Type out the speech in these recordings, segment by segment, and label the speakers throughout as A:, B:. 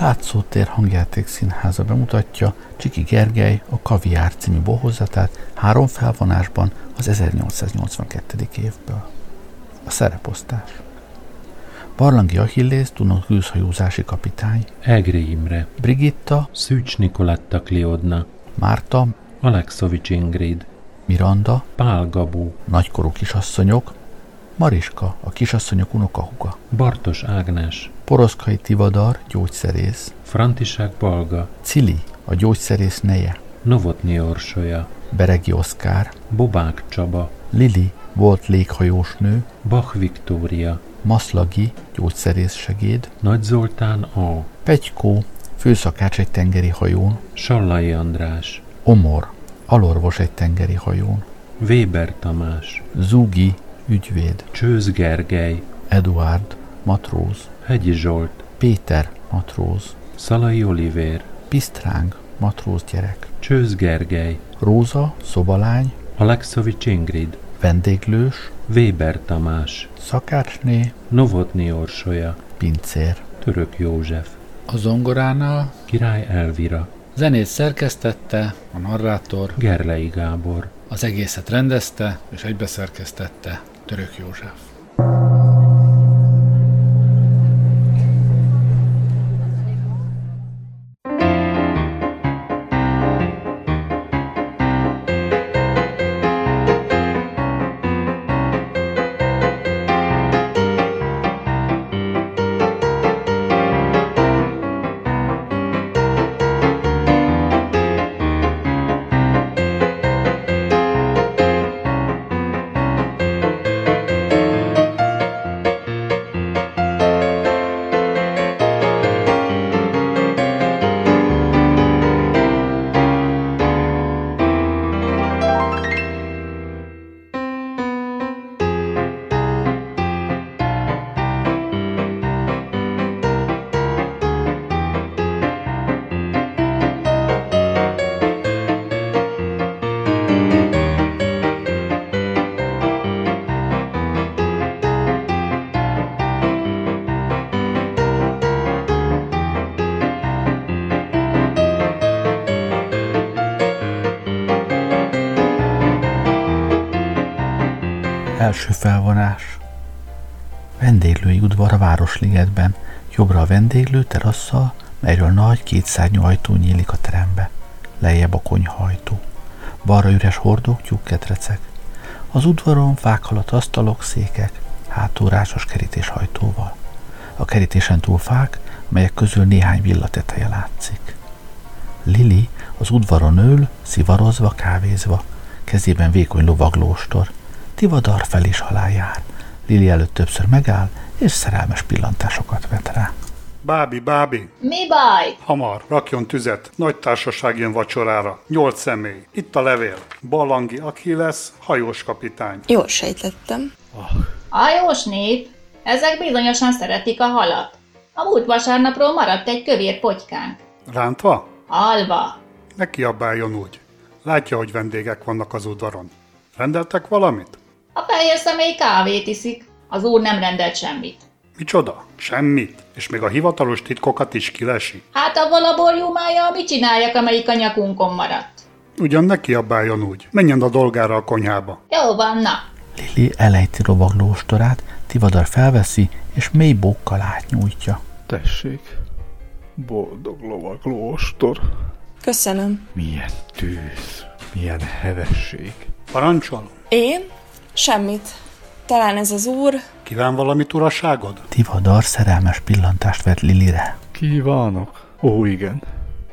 A: Játszótér hangjáték színháza bemutatja Csiki Gergely a Kaviár című bohozatát három felvonásban az 1882. évből. A szereposztás. Barlangi Achillész, Dunot gőzhajózási kapitány,
B: Egri Imre,
A: Brigitta,
B: Szűcs Nikoletta Kliodna,
A: Márta,
B: Alexovics Ingrid,
A: Miranda,
B: Pál Gabó,
A: nagykorú kisasszonyok, Mariska, a kisasszonyok unokahuga,
B: Bartos Ágnes,
A: Poroszkai Tivadar, gyógyszerész,
B: Frantiság Balga,
A: Cili, a gyógyszerész neje,
B: Novotnyi Orsolya,
A: Beregi Oszkár,
B: Bobák Csaba,
A: Lili, volt léghajós nő,
B: Bach Viktória,
A: Maszlagi, gyógyszerész segéd,
B: Nagy Zoltán A,
A: Pegykó, főszakács egy tengeri hajón,
B: Sallai András,
A: Omor, alorvos egy tengeri hajón,
B: Weber Tamás,
A: Zugi, ügyvéd,
B: Csőz Gergely,
A: Eduard, matróz,
B: Hegyi Zsolt,
A: Péter, matróz,
B: Szalai Olivér,
A: Pisztráng, matróz gyerek,
B: Csőz Gergely,
A: Róza, szobalány,
B: Alexovics Ingrid,
A: vendéglős,
B: Weber Tamás,
A: szakácsné,
B: Novotni Orsolya,
A: pincér.
B: Török József,
C: A zongoránál
B: Király Elvira,
C: zenét szerkesztette a narrátor,
B: Gerlei Gábor,
C: az egészet rendezte és egybeszerkesztette Török József.
A: Első felvonás. Vendéglői udvar a Városligetben, jobbra a vendéglő terasszal, melyről nagy kétszárnyú ajtó nyílik a terembe. Lejjebb a konyhajtó. Balra üres hordók, tyúkketrecek. Az udvaron fák alatt asztalok, székek, hátulrásos kerítéshajtóval. A kerítésen túl fák, melyek közül néhány villateteje látszik. Lili az udvaron ül, szivarozva, kávézva, kezében vékony lovaglóstor, Tivadar fel is alá jár. Lili előtt többször megáll, és szerelmes pillantásokat vet rá.
D: Bábi, bábi,
E: Mi baj?
D: hamar, rakjon tüzet, nagy társaság jön vacsorára. Nyolc személy, itt a levél. Balangi aki lesz, hajós kapitány.
F: Jól sejtettem.
E: Ajós nép, ezek bizonyosan szeretik a halat. A múlt vasárnapról maradt egy kövér potykánk.
D: Rántva?
E: Alva.
D: Ne kiabáljon úgy. Látja, hogy vendégek vannak az udvaron. Rendeltek valamit?
E: A fehér személy kávét iszik, az úr nem rendelt semmit.
D: Micsoda? Semmit. És még a hivatalos titkokat is kilesi.
E: Hát avval a borjúmája mit csináljak, amelyik a nyakunkon maradt?
D: Ugyan ne kiabáljon úgy. Menjen a dolgára a konyhába.
E: Jó van, na.
A: Lili elejti lovaglóstorát, Tivadar felveszi, és mély bokkal átnyújtja.
G: Tessék, boldog lovag lóstor.
F: Köszönöm.
G: Milyen tűz, milyen hevesség.
D: Parancsol?
F: Én? Semmit. Talán ez az úr.
D: Kíván valamit uraságod?
A: Tivadar szerelmes pillantást vet Lilire.
G: Kívánok. Ó, igen,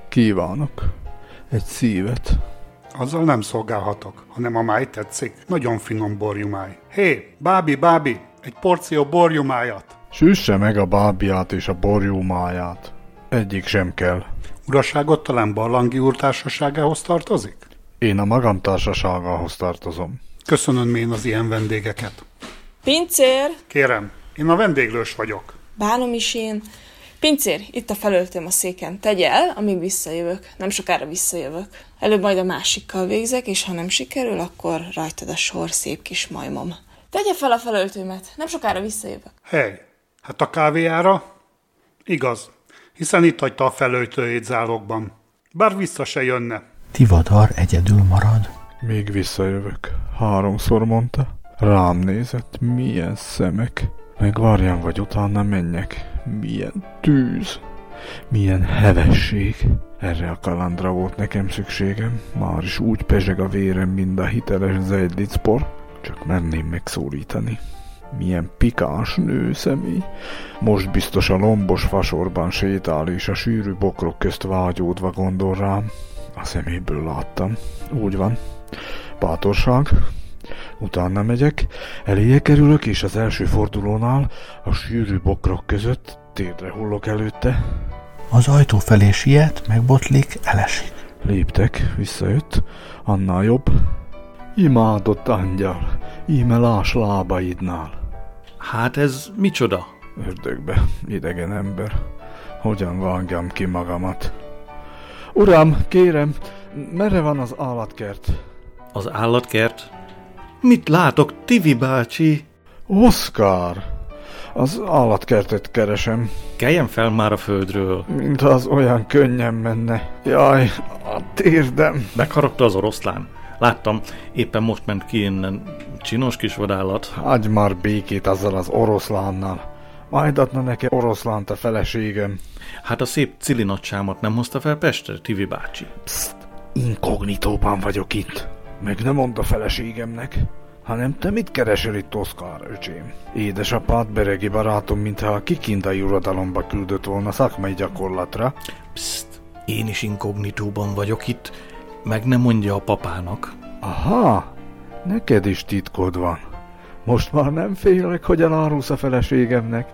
G: kívánok. Egy szívet.
D: Azzal nem szolgálhatok, hanem a máj tetszik. Nagyon finom borjumáj. Hé, bábi, bábi, egy porció borjumájat.
G: Süsse meg a bábját és a borjúmáját. Egyik sem kell.
D: Uraságot talán Barlangi úr társaságához tartozik?
G: Én a magam társaságához tartozom.
D: Köszönöm én az ilyen vendégeket.
F: Pincér!
D: Kérem, én a vendéglős vagyok.
F: Bánom is én. Pincér, itt a felöltöm a széken. Tegye el, amíg visszajövök. Nem sokára visszajövök. Előbb majd a másikkal végzek, és ha nem sikerül, akkor rajtad a sor, szép kis majmom. Tegye fel a felöltőmet. Nem sokára visszajövök.
D: Hely, hát a kávéjára? Igaz. hiszen itt hagyta a felöltőjét zálogban. Bár vissza se jönne.
A: Tivadar egyedül marad.
G: Még visszajövök. Háromszor mondta. Rám nézett, milyen szemek. Meg várjam, vagy utána menjek. Milyen tűz. Milyen hevesség. Erre a kalandra volt nekem szükségem. Már is úgy pezseg a vérem, mint a hiteles zejdlicpor. Csak merném megszólítani. Milyen pikás nő személy. Most biztos a lombos fasorban sétál, és a sűrű bokrok közt vágyódva gondol rám. A szeméből láttam. Úgy van. Bátorság. Utána megyek, eléje kerülök, és az első fordulónál a sűrű bokrok között térdre hullok előtte.
A: Az ajtó felé siet, megbotlik, elesik.
G: Léptek, visszajött, annál jobb. Imádott angyal, íme láss lábaidnál.
H: Hát ez micsoda?
G: Ördögbe, idegen ember. Hogyan vágjam ki magamat? Uram, kérem, merre van az állatkert?
H: Az állatkert? Mit látok, Tivi bácsi?
G: Oszkár! Az állatkertet keresem,
H: Keljen fel már a földről.
G: mint az olyan könnyen menne. Jaj, a térdem!
H: Megharapta az oroszlán. Láttam, éppen most ment ki innen. Csinos kis vadállat.
G: Hagy már békét azzal az oroszlánnal. Majd adna neki oroszlánt a feleségem.
H: Hát a szép cilinacsámat nem hozta fel Pestre, Tivi bácsi.
G: Psst, inkognitóban vagyok itt. Meg nem mond a feleségemnek. Hanem te mit keresel itt, Oszkár öcsém? Édesapád beregi barátom, mintha a kikindai uradalomba küldött volna szakmai gyakorlatra.
H: Psst, én is inkognitóban vagyok itt. Meg nem mondja a papának.
G: Aha, neked is titkod van. Most már nem félek, hogy elárulsz a feleségemnek.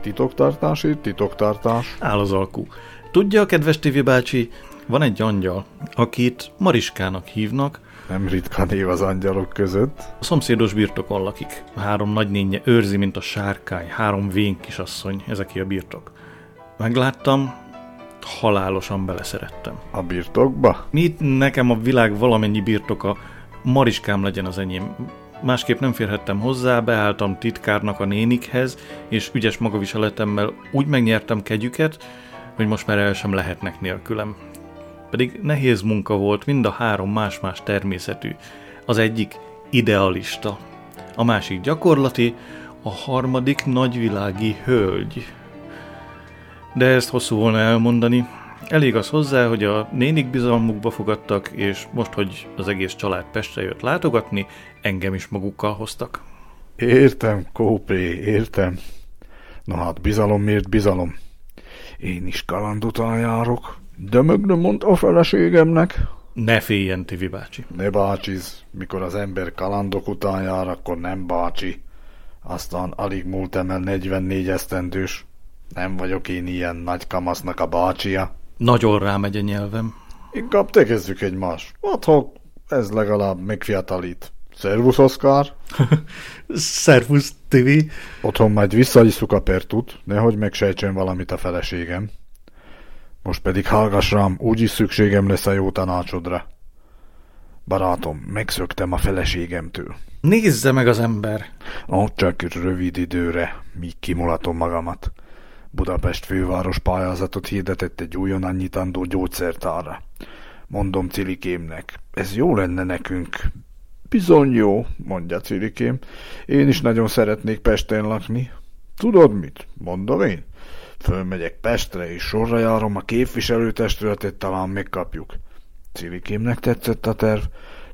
G: Titoktartásért titoktartás.
H: Áll az alkú. Tudja, kedves Tivi bácsi, van egy angyal, akit Mariskának hívnak,
G: Nem ritka név az angyalok között.
H: A szomszédos birtokon lakik. A három nagynénye őrzi, mint a sárkány. Három vén kisasszony, ezeké a birtok. Megláttam, halálosan beleszerettem.
G: A birtokba?
H: Mit nekem a világ valamennyi birtoka, mariskám legyen az enyém. Másképp nem férhettem hozzá, beálltam titkárnak a nénikhez, és ügyes magaviseletemmel úgy megnyertem kegyüket, hogy most már el sem lehetnek nélkülem. Pedig nehéz munka volt, mind a három más-más természetű. Az egyik idealista, a másik gyakorlati, a harmadik nagyvilági hölgy. De ezt hosszú volna elmondani. Elég az hozzá, hogy a nénik bizalmukba fogadtak, és most, hogy az egész család Pestre jött látogatni, engem is magukkal hoztak.
G: Értem, Kópré, értem. Na hát, bizalomért bizalom. Én is kaland után járok. De meg nem mond a feleségemnek.
H: Ne féljen, Tivi bácsi.
G: Ne bácsiz, mikor az ember kalandok után jár, akkor nem bácsi. Aztán alig múltam el 44 esztendős. Nem vagyok én ilyen nagy kamasznak a bácsia.
H: Nagyon rámegy a nyelvem.
G: Inkább tegezzük egymást. Adhok, ez legalább megfiatalít. Szervusz, Oszkár!
H: Szervusz, Tivi.
G: Otthon majd visszaisszuk a pertut, nehogy megsejtsen valamit a feleségem. Most pedig hallgass rám, úgyis szükségem lesz a jó tanácsodra. Barátom, megszöktem a feleségemtől.
H: Nézze meg az ember.
G: Ott csak rövid időre, míg kimulatom magamat. Budapest főváros pályázatot hirdetett egy újonnan nyitandó gyógyszertára. Mondom Cilikémnek, ez jó lenne nekünk. Bizony jó, mondja Cilikém. Én is nagyon szeretnék Pesten lakni. Tudod mit? Mondom én. Fölmegyek Pestre, és sorra járom a képviselőtestületet, talán megkapjuk. Cilikémnek tetszett a terv,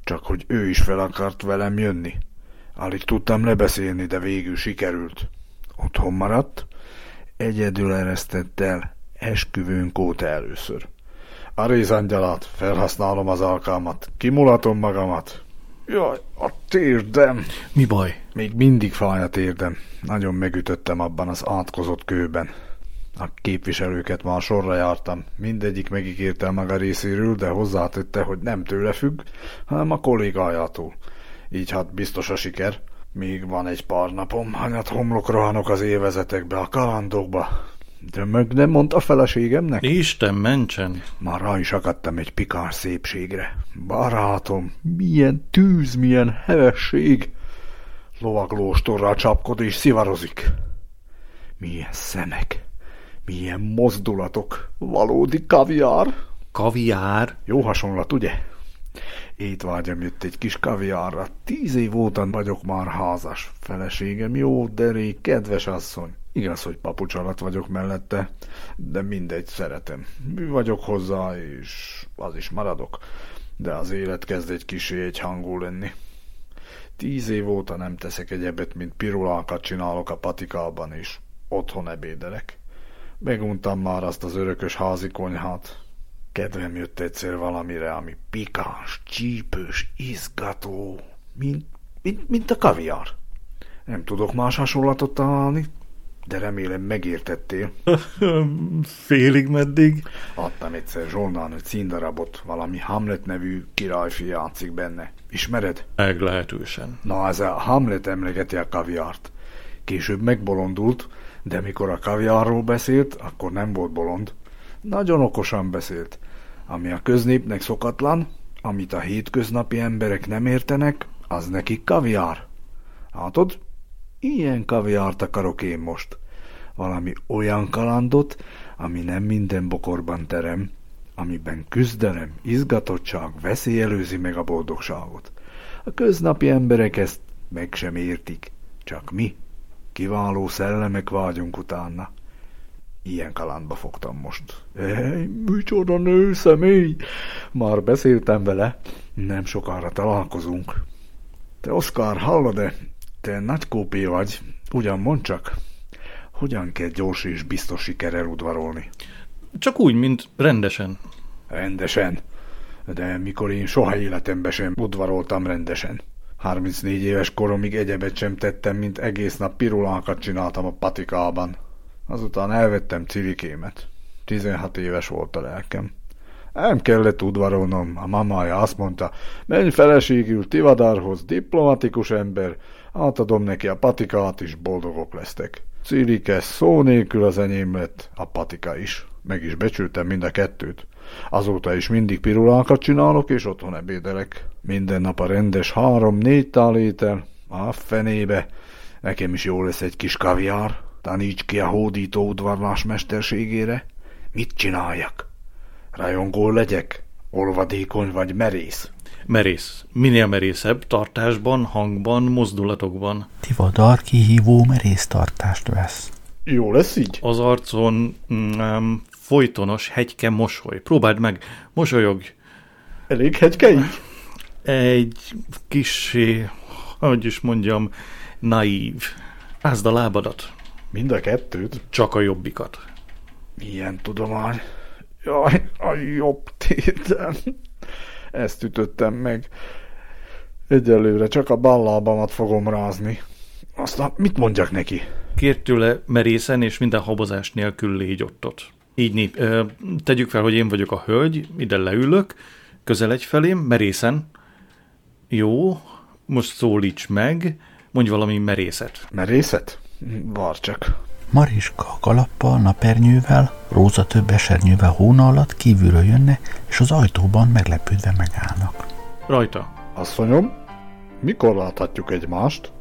G: csak hogy ő is fel akart velem jönni. Alig tudtam lebeszélni, de végül sikerült. Otthon maradt, egyedül eresztett el esküvőnk óta először. Aréz angyalát, felhasználom az alkalmat, kimulatom magamat. Jaj, a térdem!
H: Mi baj?
G: Még mindig fáj a térdem. Nagyon megütöttem abban az átkozott kőben. A képviselőket már sorra jártam. Mindegyik megígérte a maga részéről, de hozzátette, hogy nem tőle függ, hanem a kollégájától. Így hát biztos a siker. Még van egy pár napom, hanyat homlok rohanok az évezetekbe, a kalandokba. De meg nem mondta a feleségemnek?
H: Isten mentsen.
G: Már rá is akadtam egy pikár szépségre. Barátom, milyen tűz, milyen hevesség! Lovaglóstorral csapkod és szivarozik. Milyen szemek, Milyen mozdulatok! Valódi kaviár!
H: Kaviár?
G: Jó hasonlat, ugye? Étvágyam jött egy kis kaviárra. Tíz év óta vagyok már házas. Feleségem jó, derék, kedves asszony. Igaz, hogy papucs alatt vagyok mellette, de mindegy, szeretem. Mű vagyok hozzá, és az is maradok. De az élet kezd egy kisé egyhangú lenni. Tíz év óta nem teszek egyebet, mint pirulákat csinálok a patikában is. Otthon ebédelek. Meguntam már azt az örökös házi konyhát. Kedvem jött egyszer valamire, ami pikáns, csípős, izgató, mint, mint, mint a kaviár. Nem tudok más hasonlatot találni, de remélem megértettél.
H: Félig meddig?
G: Adtam egyszer Zsolnán egy színdarabot, valami Hamlet nevű királyfi játszik benne. Ismered?
H: Meglehetősen.
G: Na, ez a Hamlet emlegeti a kaviárt. Később megbolondult, de mikor a kaviárról beszélt, akkor nem volt bolond. Nagyon okosan beszélt. Ami a köznépnek szokatlan, amit a hétköznapi emberek nem értenek, az nekik kaviár. Látod? Ilyen kaviárt akarok én most. Valami olyan kalandot, ami nem minden bokorban terem, amiben küzdelem, izgatottság, veszély előzi meg a boldogságot. A köznapi emberek ezt meg sem értik, csak mi, kiváló szellemek vágyunk utána. Ilyen kalandba fogtam most. Ej, micsoda nő személy! Már beszéltem vele, nem sokára találkozunk. Te, Oszkár, hallod-e? Te nagy kópé vagy, ugyan mondd csak, hogyan kell gyors és biztos sikerrel udvarolni?
H: Csak úgy, mint rendesen.
G: Rendesen. De mikor én soha életemben sem udvaroltam rendesen. 34 éves koromig egyebet sem tettem, mint egész nap pirulákat csináltam a patikában. Azután elvettem civikémet. 16 éves volt a lelkem. Nem kellett udvarolnom, a mamája azt mondta, menj feleségül Tivadarhoz, diplomatikus ember, átadom neki a patikát, és boldogok lesztek. Cilike szó nélkül az enyém lett, a patika is. Meg is becsültem mind a kettőt. Azóta is mindig pirulákat csinálok, és otthon ebédelek. Minden nap a rendes három-négy tál étel. A fenébe. Nekem is jó lesz egy kis kaviár. Taníts ki a hódító udvarlás mesterségére. Mit csináljak? Rajongó legyek? Olvadékony vagy merész?
H: Merész. Minél merészebb tartásban, hangban, mozdulatokban.
A: Tivadar kihívó merésztartást vesz.
G: Jó lesz így?
H: Az arcon mm, folytonos hegyke mosoly. Próbáld meg, mosolyogj.
G: Elég hegyke így?
H: Egy kisé, hogy is mondjam, naív. Rázd a lábadat,
G: Mind a kettőt?
H: csak a jobbikat.
G: Milyen tudomány? Jaj, a jobb térdem. Ezt ütöttem meg. Egyelőre csak a ballábamat fogom rázni. Aztán mit mondjak neki?
H: Kérd tőle merészen és minden habozás nélkül légy ott ott. Így nép. Ö, tegyük fel, hogy én vagyok a hölgy, ide leülök, közel egy felém, merészen. Jó, most szólíts meg, mondj valami merészet.
G: Merészet? Var csak.
A: Mariska kalappal, napernyővel, Róza több esernyővel hóna alatt kívülről jönne, és az ajtóban meglepődve megállnak.
H: Rajta.
G: Asszonyom, mikor láthatjuk egymást?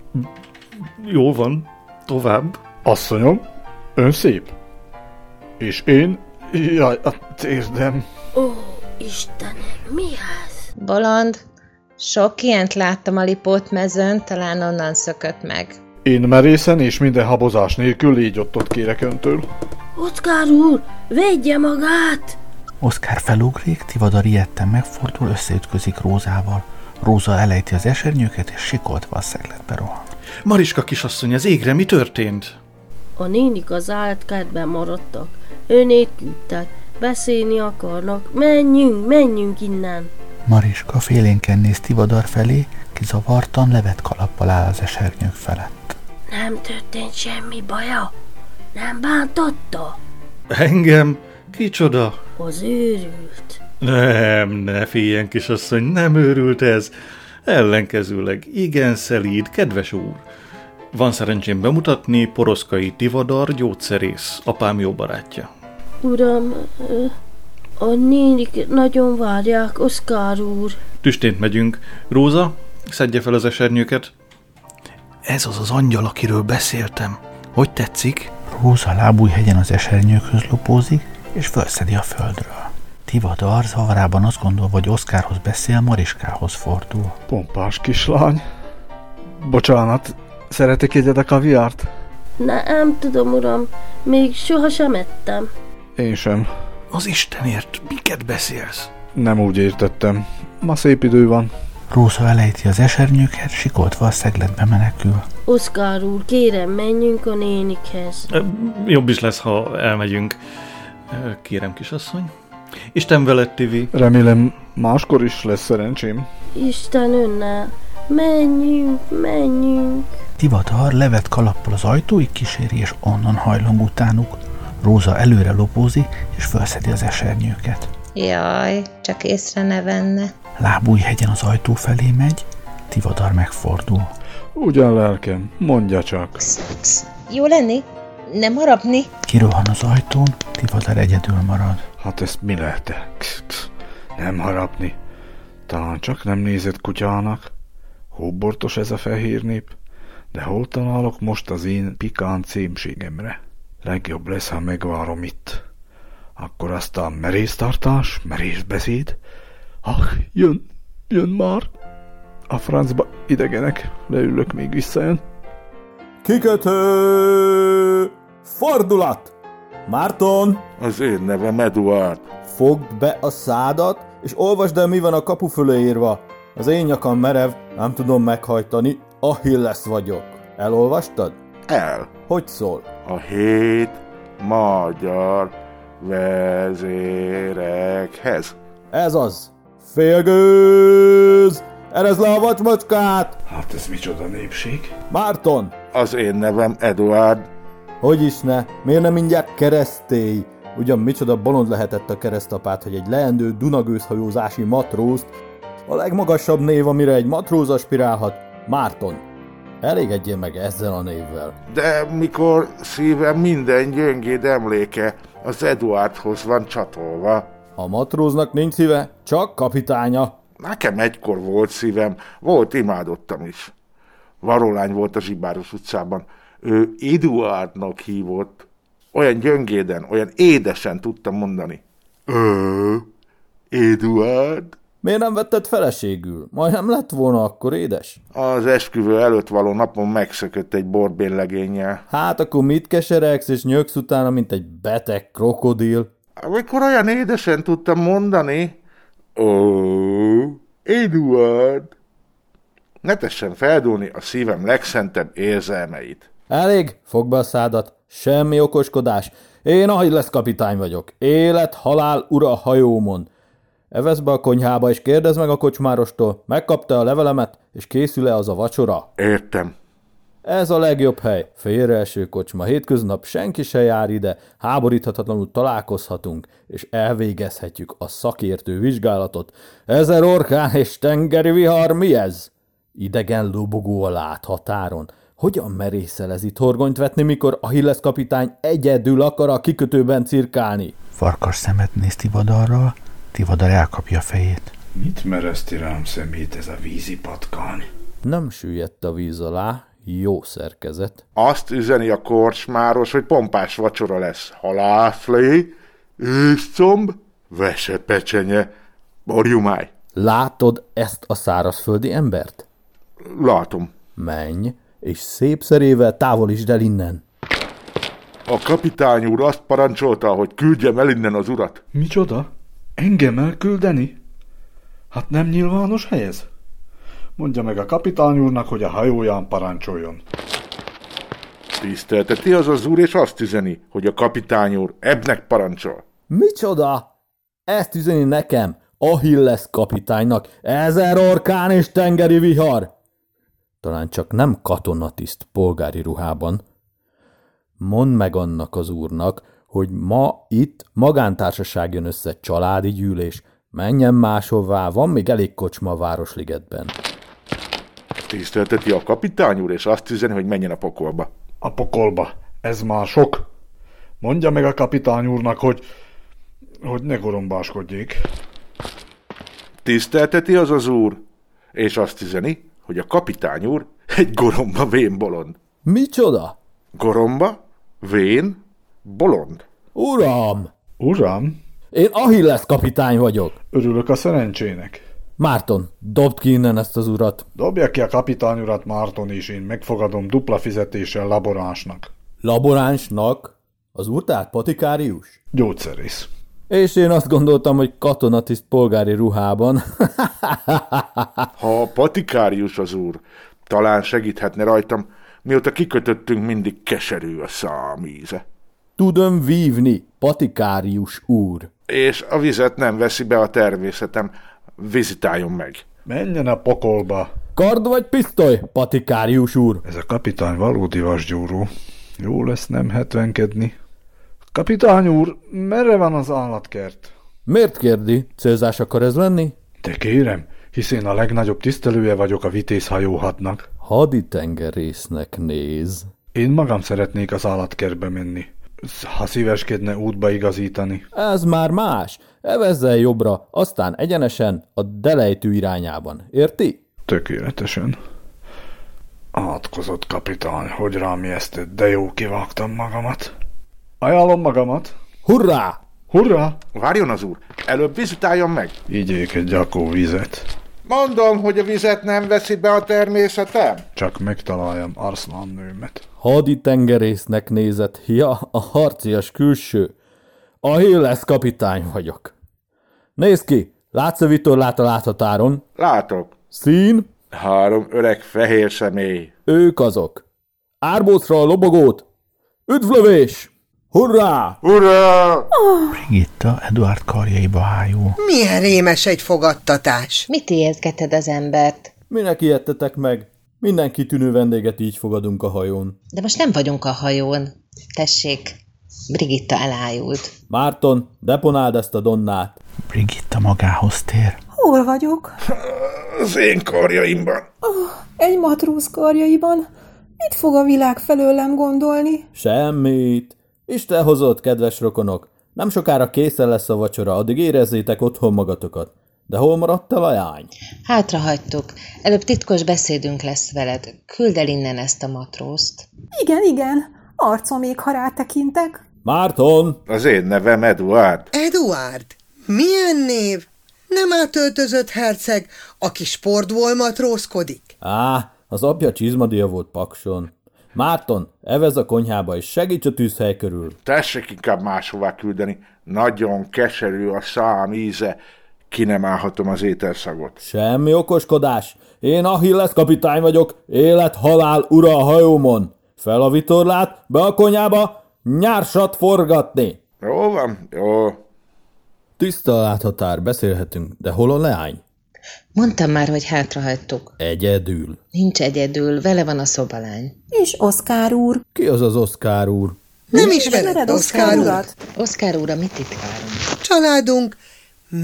H: Jó van, tovább.
G: Asszonyom, ön szép. És én? Jaj, a térdem.
I: Ó, Istenem, mi ez?
J: Bolond, sok ilyent láttam a Lipót mezőn, talán onnan szökött meg.
G: Én merészen és minden habozás nélkül légy ott, ott kérek öntől.
I: Oszkár úr, védje magát!
A: Oszkár felugrik, Tivadar ijedten megfordul, összeütközik Rózával. Róza elejti az esernyőket, és sikoltva a szegletbe rohan.
H: Mariska kisasszony, az égre mi történt?
I: A nénik az állatkertben maradtak. Önét küldtek. Beszélni akarnak. Menjünk, menjünk innen!
A: Mariska félénken néz Tivadar felé, kizavartan levet kalappal áll az esernyők felett.
I: Nem történt semmi baja? Nem bántotta?
H: Engem? Kicsoda?
I: Az őrült.
H: Nem, ne féljen, kisasszony, nem őrült ez. Ellenkezőleg igen szelíd, kedves úr. Van szerencsém bemutatni Poroszkai Tivadar gyógyszerész, apám jó barátja.
I: Uram, ö, a nénik nagyon várják, Oszkár úr.
H: Tüstént megyünk. Róza, szedje fel az esernyőket. Ez az az angyal, akiről beszéltem. Hogy tetszik?
A: Húz a lábújhegyen az esernyőkhöz lopózik, és felszedi a földről. Tivadar zavarában azt gondolva, hogy Oszkárhoz beszél, Mariskához fordul.
G: Pompás kislány. Bocsánat, szeretek egyed a kaviárt?
I: Nem tudom, uram, még sohasem ettem.
G: Én sem.
H: Az Istenért, miket beszélsz?
G: Nem úgy értettem. Ma szép idő van.
A: Róza elejti az esernyőket, sikoltva a szegletbe menekül.
I: Oszkár úr, kérem, menjünk a nénikhez.
H: Ö, Jobb is lesz, ha elmegyünk. Ö, Kérem, kisasszony. Isten veled, Tivi.
G: Remélem máskor is lesz szerencsém.
I: Isten önnel, menjünk, menjünk.
A: Tivadar levet kalappal az ajtóig kíséri, és onnan hajlong utánuk. Róza előre lopózik, és felszedi az esernyőket.
J: Jaj, csak észre ne venne.
A: Lábújhegyen az ajtó felé megy, Tivadar megfordul.
G: Ugyan lelkem, mondja csak.
J: Psz, psz. Jó lenni? Nem harapni?
A: Kirohan az ajtón, Tivadar egyedül marad.
G: Hát ezt mi lehet? Ksz, ksz. Nem harapni. Talán csak nem nézett kutyának. Hóbortos ez a fehér nép. De hol találok most az én pikán címségemre? Legjobb lesz, ha megvárom itt. Akkor aztán merésztartás, merészbeszéd. Ah, jön, jön már. A francba idegenek, leülök még visszajön.
K: Kikötő! Fordulat! Márton,
L: Az én nevem Eduard.
K: fogd be a szádat, és olvasd el, mi van a kapu fölé írva. Az én nyakam merev, nem tudom meghajtani, Achilles vagyok. Elolvastad?
L: El.
K: Hogy szól?
L: A hét magyar vezérekhez.
K: Ez az. Félgőz! Erez le a vacsmacskát!
G: Hát ez micsoda népség?
K: Márton,
L: Az én nevem Eduard.
K: Hogy is ne? Miért nem mindjárt keresztély? Ugyan micsoda bolond lehetett a keresztapát, hogy egy leendő dunagőzhajózási matrózt, a legmagasabb név, amire egy matróz aspirálhat, Márton. Elégedjél meg ezzel a névvel.
L: De mikor szívem minden gyöngéd emléke az Eduardhoz van csatolva.
K: A matróznak nincs szíve, csak kapitánya.
L: Nekem egykor volt szívem, volt imádottam is. Varolány volt a Zsibáros utcában. Ő Eduardnak hívott. Olyan gyöngéden, olyan édesen tudtam mondani. Ö, Eduard?
K: Miért nem vetted feleségül? Majdnem lett volna akkor édes.
L: Az esküvő előtt való napon megszökött egy borbénlegénnyel.
K: Hát akkor mit keseregsz és nyögsz utána, mint egy beteg krokodil?
L: Amikor olyan édesen tudtam mondani, ó, Eduard, ne tessen feldúlni a szívem legszentebb érzelmeit.
K: Elég, fogd be a szádat, semmi okoskodás. Én ahogy lesz kapitány vagyok. Élet, halál, ura a hajómon. Evesz be a konyhába, és kérdezd meg a kocsmárostól, megkapta a levelemet, és készül-e az a vacsora.
L: Értem.
K: Ez a legjobb hely. Félreeső kocsma. Hétköznap senki se jár ide. Háboríthatatlanul találkozhatunk, és elvégezhetjük a szakértő vizsgálatot. Ezer orkán és tengeri vihar mi ez? Idegen lobogó a láthatáron. Hogyan merészel ez itt horgonyt vetni, mikor Achilles kapitány egyedül akar a kikötőben cirkálni?
A: Farkas szemet néz Tivadarral, Tivadar elkapja a fejét.
G: Mit mereszti rám szemét ez a vízi patkány?
K: Nem süllyedt a víz alá, jó szerkezet.
L: Azt üzeni a korcsmáros, hogy pompás vacsora lesz. Haláflé, őszcomb, vesepecsenye, borjumáj.
K: Látod ezt a szárazföldi embert?
L: Látom.
K: Menj, és szép szerével távolítsd el innen.
L: A kapitány úr azt parancsolta, hogy küldjem el innen az urat.
G: Micsoda? Engem elküldeni? Hát nem nyilvános hely ez? Mondja meg a kapitány úrnak, hogy a hajóján parancsoljon.
L: Tisztelteti az az úr, és azt üzeni, hogy a kapitány úr ebnek parancsol.
K: Micsoda? Ezt üzeni nekem, Achilles kapitánynak, ezer orkán és tengeri vihar! Talán csak nem katonatiszt polgári ruhában. Mondd meg annak az úrnak, hogy ma itt magántársaság jön össze családi gyűlés, menjen máshová, van még elég kocsma a Városligetben.
L: Tisztelteti a kapitány úr, és azt üzeni, hogy menjen a pokolba.
G: A pokolba. Ez már sok. Mondja meg a kapitány úrnak, hogy... hogy ne gorombáskodjék.
L: Tisztelteti az az úr, és azt üzeni, hogy a kapitány úr egy goromba vénbolond.
K: Micsoda?
L: Goromba? Vén? Bolond?
K: Uram!
M: Uram?
K: Én Ahilles kapitány vagyok.
M: Örülök a szerencsének.
K: Márton, dobd ki innen ezt az urat.
M: Dobja ki a kapitány urat Márton, és én megfogadom dupla fizetéssel laboránsnak.
K: Laboránsnak? Az úr tehát patikárius?
M: Gyógyszerész.
K: És én azt gondoltam, hogy katonatiszt polgári ruhában.
L: Ha a patikárius az úr, talán segíthetne rajtam, mióta kikötöttünk, mindig keserű a szám íze.
K: Tudom vívni, patikárius úr.
L: És a vizet nem veszi be a természetem, vizitáljon meg.
M: Menjen a pokolba!
K: Kard vagy pisztoly, patikárius úr?
M: Ez a kapitány valódi vasgyúró. Jó lesz nem hetvenkedni. Kapitány úr, merre van az állatkert?
K: Miért kérdi? Célzás akar ez lenni?
M: De kérem, hisz én a legnagyobb tisztelője vagyok a vitézhajóhatnak.
K: Haditengerésznek néz.
M: Én magam szeretnék az állatkertbe menni, ha szíveskedne útba igazítani.
K: Ez már más. Evezzel jobbra, aztán egyenesen a delejtő irányában. Érti?
M: Tökéletesen. Átkozott kapitány, hogy rám ijesztett, de jó kivágtam magamat. Ajánlom magamat.
K: Hurrá!
M: Hurrá!
L: Várjon az úr, előbb vizitáljon meg.
M: Igyék egy gyakó vizet.
L: Mondom, hogy a vizet nem veszi be a természetem.
M: Csak megtaláljam Arszlán nőmet.
K: Haditengerésznek nézett, ja, a harcias külső. A lesz kapitány vagyok. Nézd ki, látsz a vitorlát a láthatáron?
L: Látok,
K: Szín,
L: három öreg fehér személy.
K: ők azok. Árbócra a lobogót! Üdvlövés! Hurrá!
L: Ura!
A: Brigitta Eduard karjaiba hájul.
N: Milyen rémes egy fogadtatás!
J: Mit ijeszgeted az embert?
K: Minek ijedtetek meg? Minden kitűnő vendéget így fogadunk a hajón.
J: De most nem vagyunk a hajón. Tessék, Brigitta elájult.
K: Márton, deponáld ezt a donnát.
A: Brigitta magához tér.
O: Hol vagyok? Ah,
L: Az én karjaimban.
O: Egy matróz karjaiban. Mit fog a világ felőlem gondolni?
K: Semmit. Isten hozott, kedves rokonok. Nem sokára készen lesz a vacsora, addig érezzétek otthon magatokat. De hol maradt a lajány?
J: Hátrahagytuk. Előbb titkos beszédünk lesz veled. Küld el innen ezt a matrózt.
O: Igen, igen. Arcom ég, ha rátekintek.
K: Márton!
L: Az én nevem Eduard.
N: Eduard, milyen név? Nem átöltözött herceg, aki sportból matrózkodik?
K: Á, az apja csizmadia volt pakson. Márton, evez a konyhába és segíts a tűzhely körül.
L: Tessék inkább máshová küldeni. Nagyon keserű a szám íze. Ki nem állhatom az ételszagot.
K: Semmi okoskodás! Én Achilles kapitány vagyok, élet-halál ura a hajómon! Fel a vitorlát, be a konyába, nyársat forgatni!
L: Jó van, jó.
K: Tiszta a láthatár, beszélhetünk, de hol a leány?
J: Mondtam már, hogy hátrahagytuk.
K: Egyedül.
J: Nincs egyedül, vele van a szobalány.
O: És Oszkár úr.
K: Ki az az Oszkár úr?
N: Nem ismered, Oszkár urat?
J: Oszkár úr, a mi titkárunk.
N: Családunk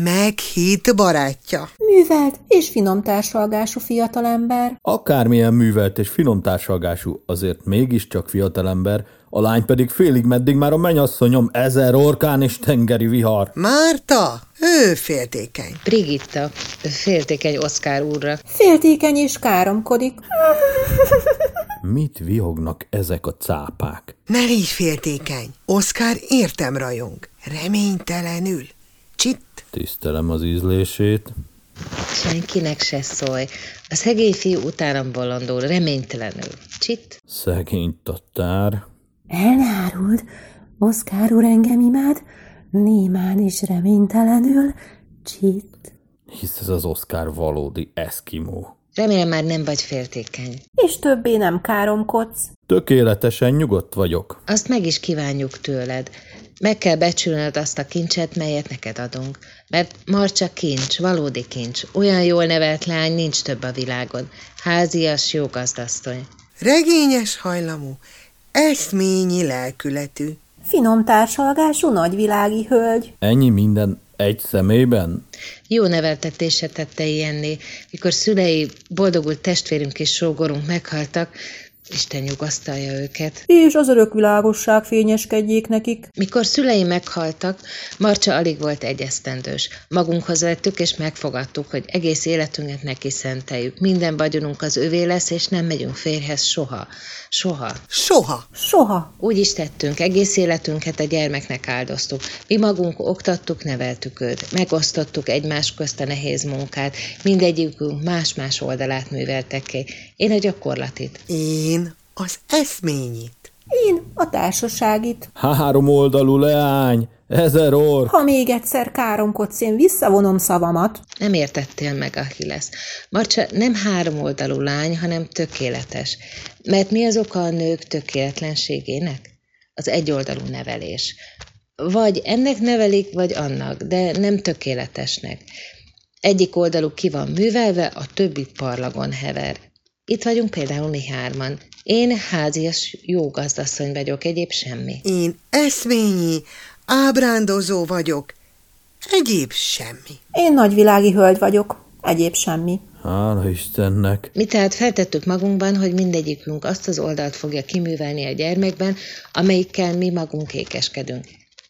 N: meghitt barátja.
O: Művelt és finom társalgású fiatalember.
K: Akármilyen művelt és finom társalgású, azért mégiscsak fiatalember, a lány pedig félig meddig már a menyasszonyom ezer orkán és tengeri vihar.
N: Márta, ő féltékeny.
J: Brigitta, féltékeny Oszkár úrra.
O: Féltékeny és káromkodik.
K: Mit vihognak ezek a cápák?
N: Ne légy féltékeny. Oszkár értem rajong. Reménytelenül. Csit.
K: Tisztelem az ízlését.
J: Senkinek se szólj. A szegény fiú utánam bolondul, reménytelenül. Csit.
K: Szegény tatár.
O: Eláruld, Oszkár úr engem imád, némán és reménytelenül, csit.
K: Hisz ez az Oszkár valódi eszkimó.
J: Remélem már nem vagy féltékeny.
O: És többé nem káromkodsz.
K: Tökéletesen nyugodt vagyok.
J: Azt meg is kívánjuk tőled. Meg kell becsülnöd azt a kincset, melyet neked adunk. Mert marcsa kincs, valódi kincs. Olyan jól nevelt lány nincs több a világon. Házias, jó gazdasszony.
N: Regényes hajlamú, eszményi lelkületű.
O: Finom társalgású nagyvilági hölgy.
K: Ennyi minden egy személyben?
J: Jó neveltetése tette ilyenné. Mikor szülei, boldogult testvérünk és sógorunk meghaltak, Isten nyugasztalja őket.
O: és az örök világosság fényeskedjék nekik.
J: Mikor szüleim meghaltak, Marcsa alig volt egy esztendős. Magunkhoz vettük és megfogadtuk, hogy egész életünket neki szenteljük. Minden vagyonunk az övé lesz, és nem megyünk férhez soha. Soha.
N: Soha.
O: Soha.
J: Úgy is tettünk, egész életünket a gyermeknek áldoztuk. Mi magunk oktattuk, neveltük őt. Megosztottuk egymás közt a nehéz munkát. Mindegyikünk más-más oldalát műveltek ki. Én a gyakorlatit.
N: Én az eszményit.
O: Én a társaságit.
K: Három oldalú leány, ezer orr.
O: Ha még egyszer káromkodsz, én visszavonom szavamat.
J: Nem értettél meg, Achilles. Marcsa nem háromoldalú lány, hanem tökéletes. Mert mi az oka a nők tökéletlenségének? Az egyoldalú nevelés. Vagy ennek nevelik, vagy annak, de nem tökéletesnek. Egyik oldaluk ki van művelve, a többi parlagon hever. Itt vagyunk például mi hárman. Én házias jó gazdasszony vagyok, egyéb semmi.
N: Én eszményi, ábrándozó vagyok. Egyéb semmi.
O: Én nagyvilági hölgy vagyok. Egyéb semmi.
K: Hála Istennek.
J: Mi tehát feltettük magunkban, hogy mindegyikünk azt az oldalt fogja kiművelni a gyermekben, amelyikkel mi magunk ékeskedünk.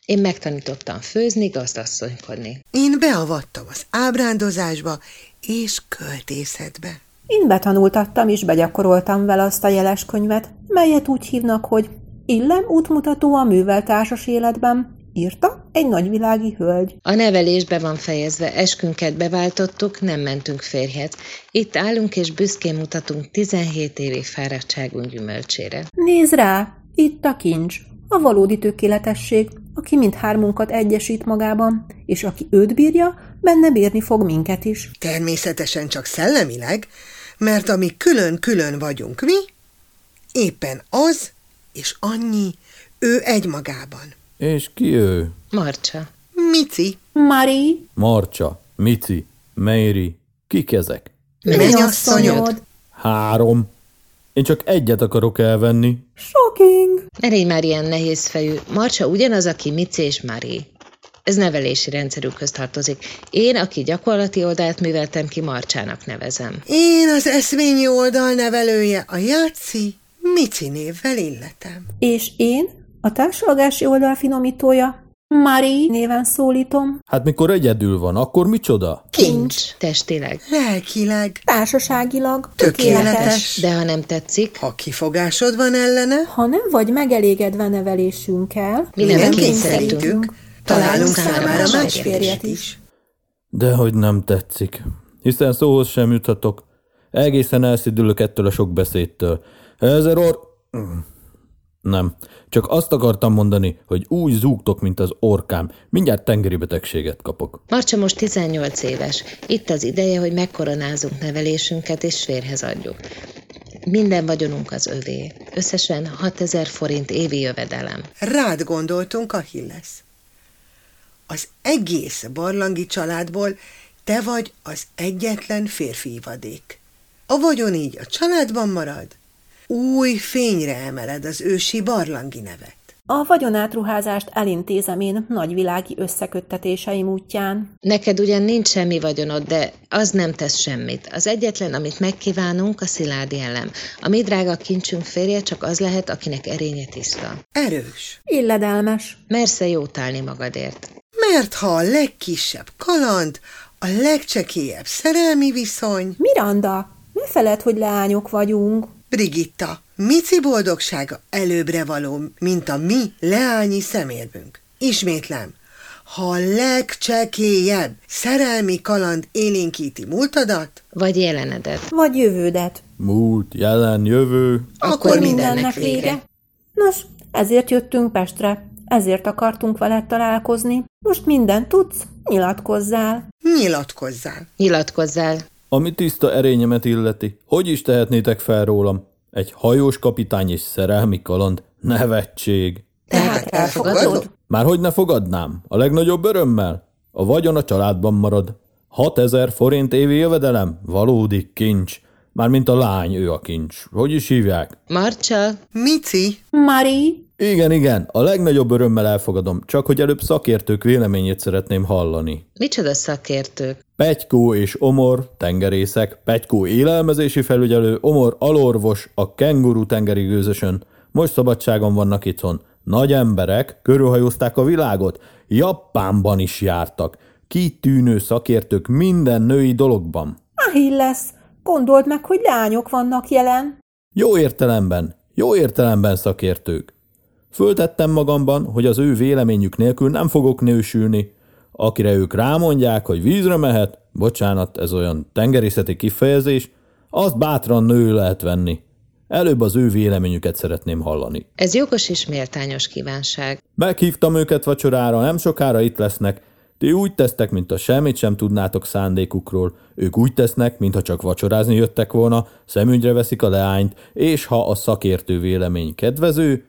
J: Én megtanítottam főzni, gazdasszonykodni.
N: Én beavattam az ábrándozásba és költészetbe.
O: Én betanultattam és begyakoroltam vele azt a jeles könyvet, melyet úgy hívnak, hogy Illem útmutató a műveltársas életben, írta egy nagyvilági hölgy.
J: A nevelés be van fejezve, eskünket beváltottuk, nem mentünk férjhez. Itt állunk és büszkén mutatunk 17 évi fáradtságunk gyümölcsére.
O: Nézd rá, itt a kincs, a valódi tökéletesség, aki mindhármunkat egyesít magában, és aki őt bírja, benne bírni fog minket is.
N: Természetesen csak szellemileg, mert ami külön-külön vagyunk mi, éppen az és annyi ő egymagában.
K: És ki ő?
J: Marcsa.
N: Mici.
O: Mari,
K: Marcsa, Mici, Méri, kik ezek?
N: Mennyasszonyod.
K: Három. Én csak egyet akarok elvenni.
O: Shocking!
J: Ne légy már ilyen nehéz fejű. Marcsa ugyanaz, aki Mici és Mari. Ez nevelési rendszerükhöz tartozik. Én, aki gyakorlati oldalt műveltem ki, Marcsának nevezem.
N: Én az eszményi oldal nevelője, a Jáci Mici névvel illetem.
O: és én, a társalgási oldal finomítója, Mari néven szólítom,
K: Hát mikor egyedül van, akkor micsoda?
J: Kincs. Testileg.
N: Lelkileg
O: társaságilag,
N: tökéletes.
J: De ha nem tetszik,
N: Ha kifogásod van ellene,
O: Ha nem vagy megelégedve nevelésünkkel,
J: Mi nem
N: nem
J: kényszerítünk.
N: kényszerítünk, találunk
J: Találunk
N: számára
J: számára
N: más férjet
J: férjet
N: is.
K: De hogy nem tetszik. Hiszen szóhoz sem juthatok. Egészen elszidülök ettől a sok beszédtől. Ezer or... Mm. Nem. Csak azt akartam mondani, hogy úgy zúgtok, mint az orkám. Mindjárt tengeri betegséget kapok.
J: Marcsa most 18 éves. Itt az ideje, hogy megkoronázunk nevelésünket és férhez adjuk. Minden vagyonunk az övé. Összesen 6000 forint évi jövedelem.
N: Rád gondoltunk, Achilles. Az egész barlangi családból te vagy az egyetlen férfi ivadék. A vagyon így a családban marad, új fényre emeled az ősi barlangi nevet.
O: a vagyonátruházást elintézem én nagyvilági összeköttetéseim útján.
J: Neked ugyan nincs semmi vagyonod, de az nem tesz semmit. Az egyetlen, amit megkívánunk, a szilárd jellem. A mi drága kincsünk férje csak az lehet, akinek erénye tiszta.
N: Erős,
O: Illedelmes,
J: Mersze jót állni magadért.
N: mert ha a legkisebb kaland, a legcsekélyebb szerelmi viszony,
O: Miranda, ne feled, hogy leányok vagyunk.
N: Brigitta, Mici boldogsága előbbre való, mint a mi leányi szemérmünk. Ismétlem, ha a legcsekélyebb szerelmi kaland élénkíti múltadat,
J: Vagy jelenedet.
O: Vagy jövődet.
K: Múlt, jelen, jövő.
J: Akkor,
O: Nos, ezért jöttünk Pestre. Ezért akartunk veled találkozni. Most mindent tudsz, nyilatkozzál.
N: nyilatkozzál.
J: Nyilatkozzál.
K: Ami tiszta erényemet illeti, hogy is tehetnétek fel rólam? Egy hajós kapitány és szerelmi kaland? Nevetség!
N: Tehát elfogadod?
K: Már hogy ne fogadnám? A legnagyobb örömmel? A vagyon a családban marad. 6000 forint évi jövedelem? Valódi kincs. Mármint a lány, ő a kincs. Hogy is hívják?
J: Marcsa,
N: Mici,
O: Mari,
K: Igen, igen, a legnagyobb örömmel elfogadom, csak hogy előbb szakértők véleményét szeretném hallani.
J: Micsoda szakértők?
K: Petykó és Omor, tengerészek, Petykó élelmezési felügyelő, Omor alorvos, a kenguru tengeri gőzösön. Most szabadságon vannak itthon. Nagy emberek, körülhajózták a világot, Japánban is jártak. Kitűnő szakértők minden női dologban.
O: Ahi lesz. Gondold meg, hogy lányok vannak jelen.
K: Jó értelemben, jó értelemben szakértők. Föltettem magamban, hogy az ő véleményük nélkül nem fogok nősülni. Akire ők rámondják, hogy vízre mehet, bocsánat, ez olyan tengerészeti kifejezés, azt bátran nő lehet venni. Előbb az ő véleményüket szeretném hallani.
J: Ez jogos és méltányos kívánság.
K: Meghívtam őket vacsorára, nem sokára itt lesznek. Ti úgy tesztek, mintha semmit sem tudnátok szándékukról. Ők úgy tesznek, mintha csak vacsorázni jöttek volna, szemügyre veszik a leányt, és ha a szakértő vélemény kedvező,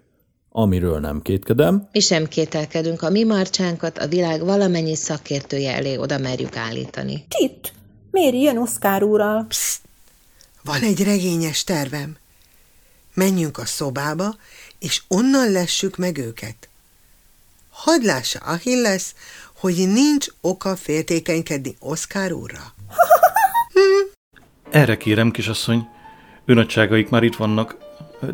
K: amiről nem kétkedem,
J: Mi sem kételkedünk, a mi marcsánkat a világ valamennyi szakértője elé oda merjük állítani.
O: Itt. Méri jön Oszkár úrral.
N: Van egy regényes tervem. Menjünk a szobába, és onnan lessük meg őket. Hadd lássa Achilles, hogy nincs oka féltékenykedni Oszkár úrra.
H: Erre kérem, kisasszony. Önadságaik már itt vannak,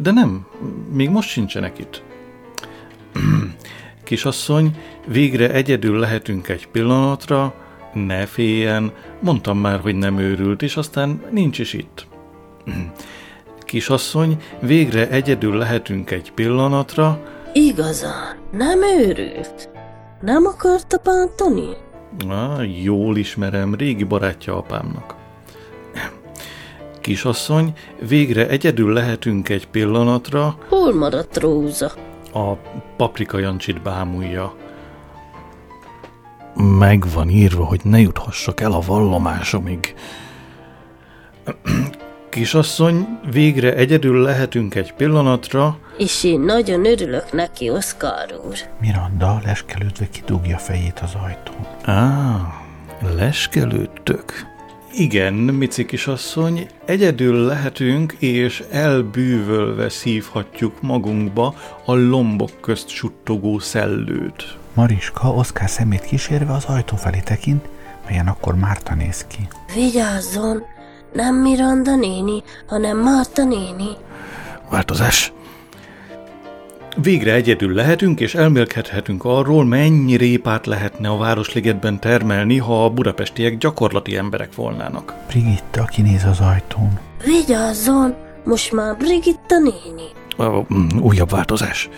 H: de nem, még most sincsenek itt. Kisasszony, végre egyedül lehetünk egy pillanatra, ne féljen, mondtam már, hogy nem őrült, és aztán nincs is itt. Kisasszony, végre egyedül lehetünk egy pillanatra,
I: Igazán, nem őrült. Nem akarta bántani?
H: Á, jól ismerem, régi barátja apámnak. Kisasszony, végre egyedül lehetünk egy pillanatra,
I: Hol maradt Róza?
H: a paprika Jancsit bámulja. Meg van írva, hogy ne juthassak el a vallomásomig. Kisasszony, végre egyedül lehetünk egy pillanatra,
I: És én nagyon örülök neki, Oszkár úr.
A: Miranda leskelődve kidugja fejét az ajtón.
H: Á, leskelődtök. Igen, Mici kisasszony, egyedül lehetünk, és elbűvölve szívhatjuk magunkba a lombok közt suttogó szellőt.
A: Mariska Oszkár szemét kísérve az ajtó felé tekint, melyen akkor Márta néz ki.
I: Vigyázzon! Nem Miranda néni, hanem Marta néni.
H: Változás! Végre egyedül lehetünk, és elmélkedhetünk arról, mennyi répát lehetne a Városligetben termelni, ha a budapestiek gyakorlati emberek volnának.
A: Brigitta kinéz az ajtón.
I: Vigyázzon! Most már Brigitta néni.
H: Ö, mm, Újabb változás.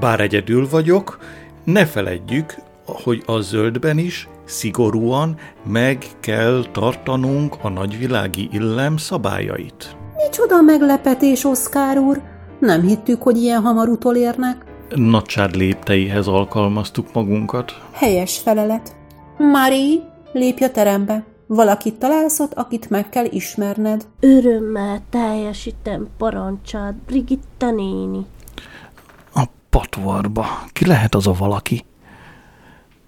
H: Bár egyedül vagyok, ne feledjük, hogy a zöldben is szigorúan meg kell tartanunk a nagyvilági illem szabályait.
O: Micsoda meglepetés, Oszkár úr! Nem hittük, hogy ilyen hamar utolérnek.
H: Nagysád lépteihez alkalmaztuk magunkat.
O: Helyes felelet. Mari, lépj a terembe. Valakit találsz ott, akit meg kell ismerned.
I: Örömmel teljesítem parancsát, Brigitta néni.
H: Patvarba. Ki lehet az a valaki?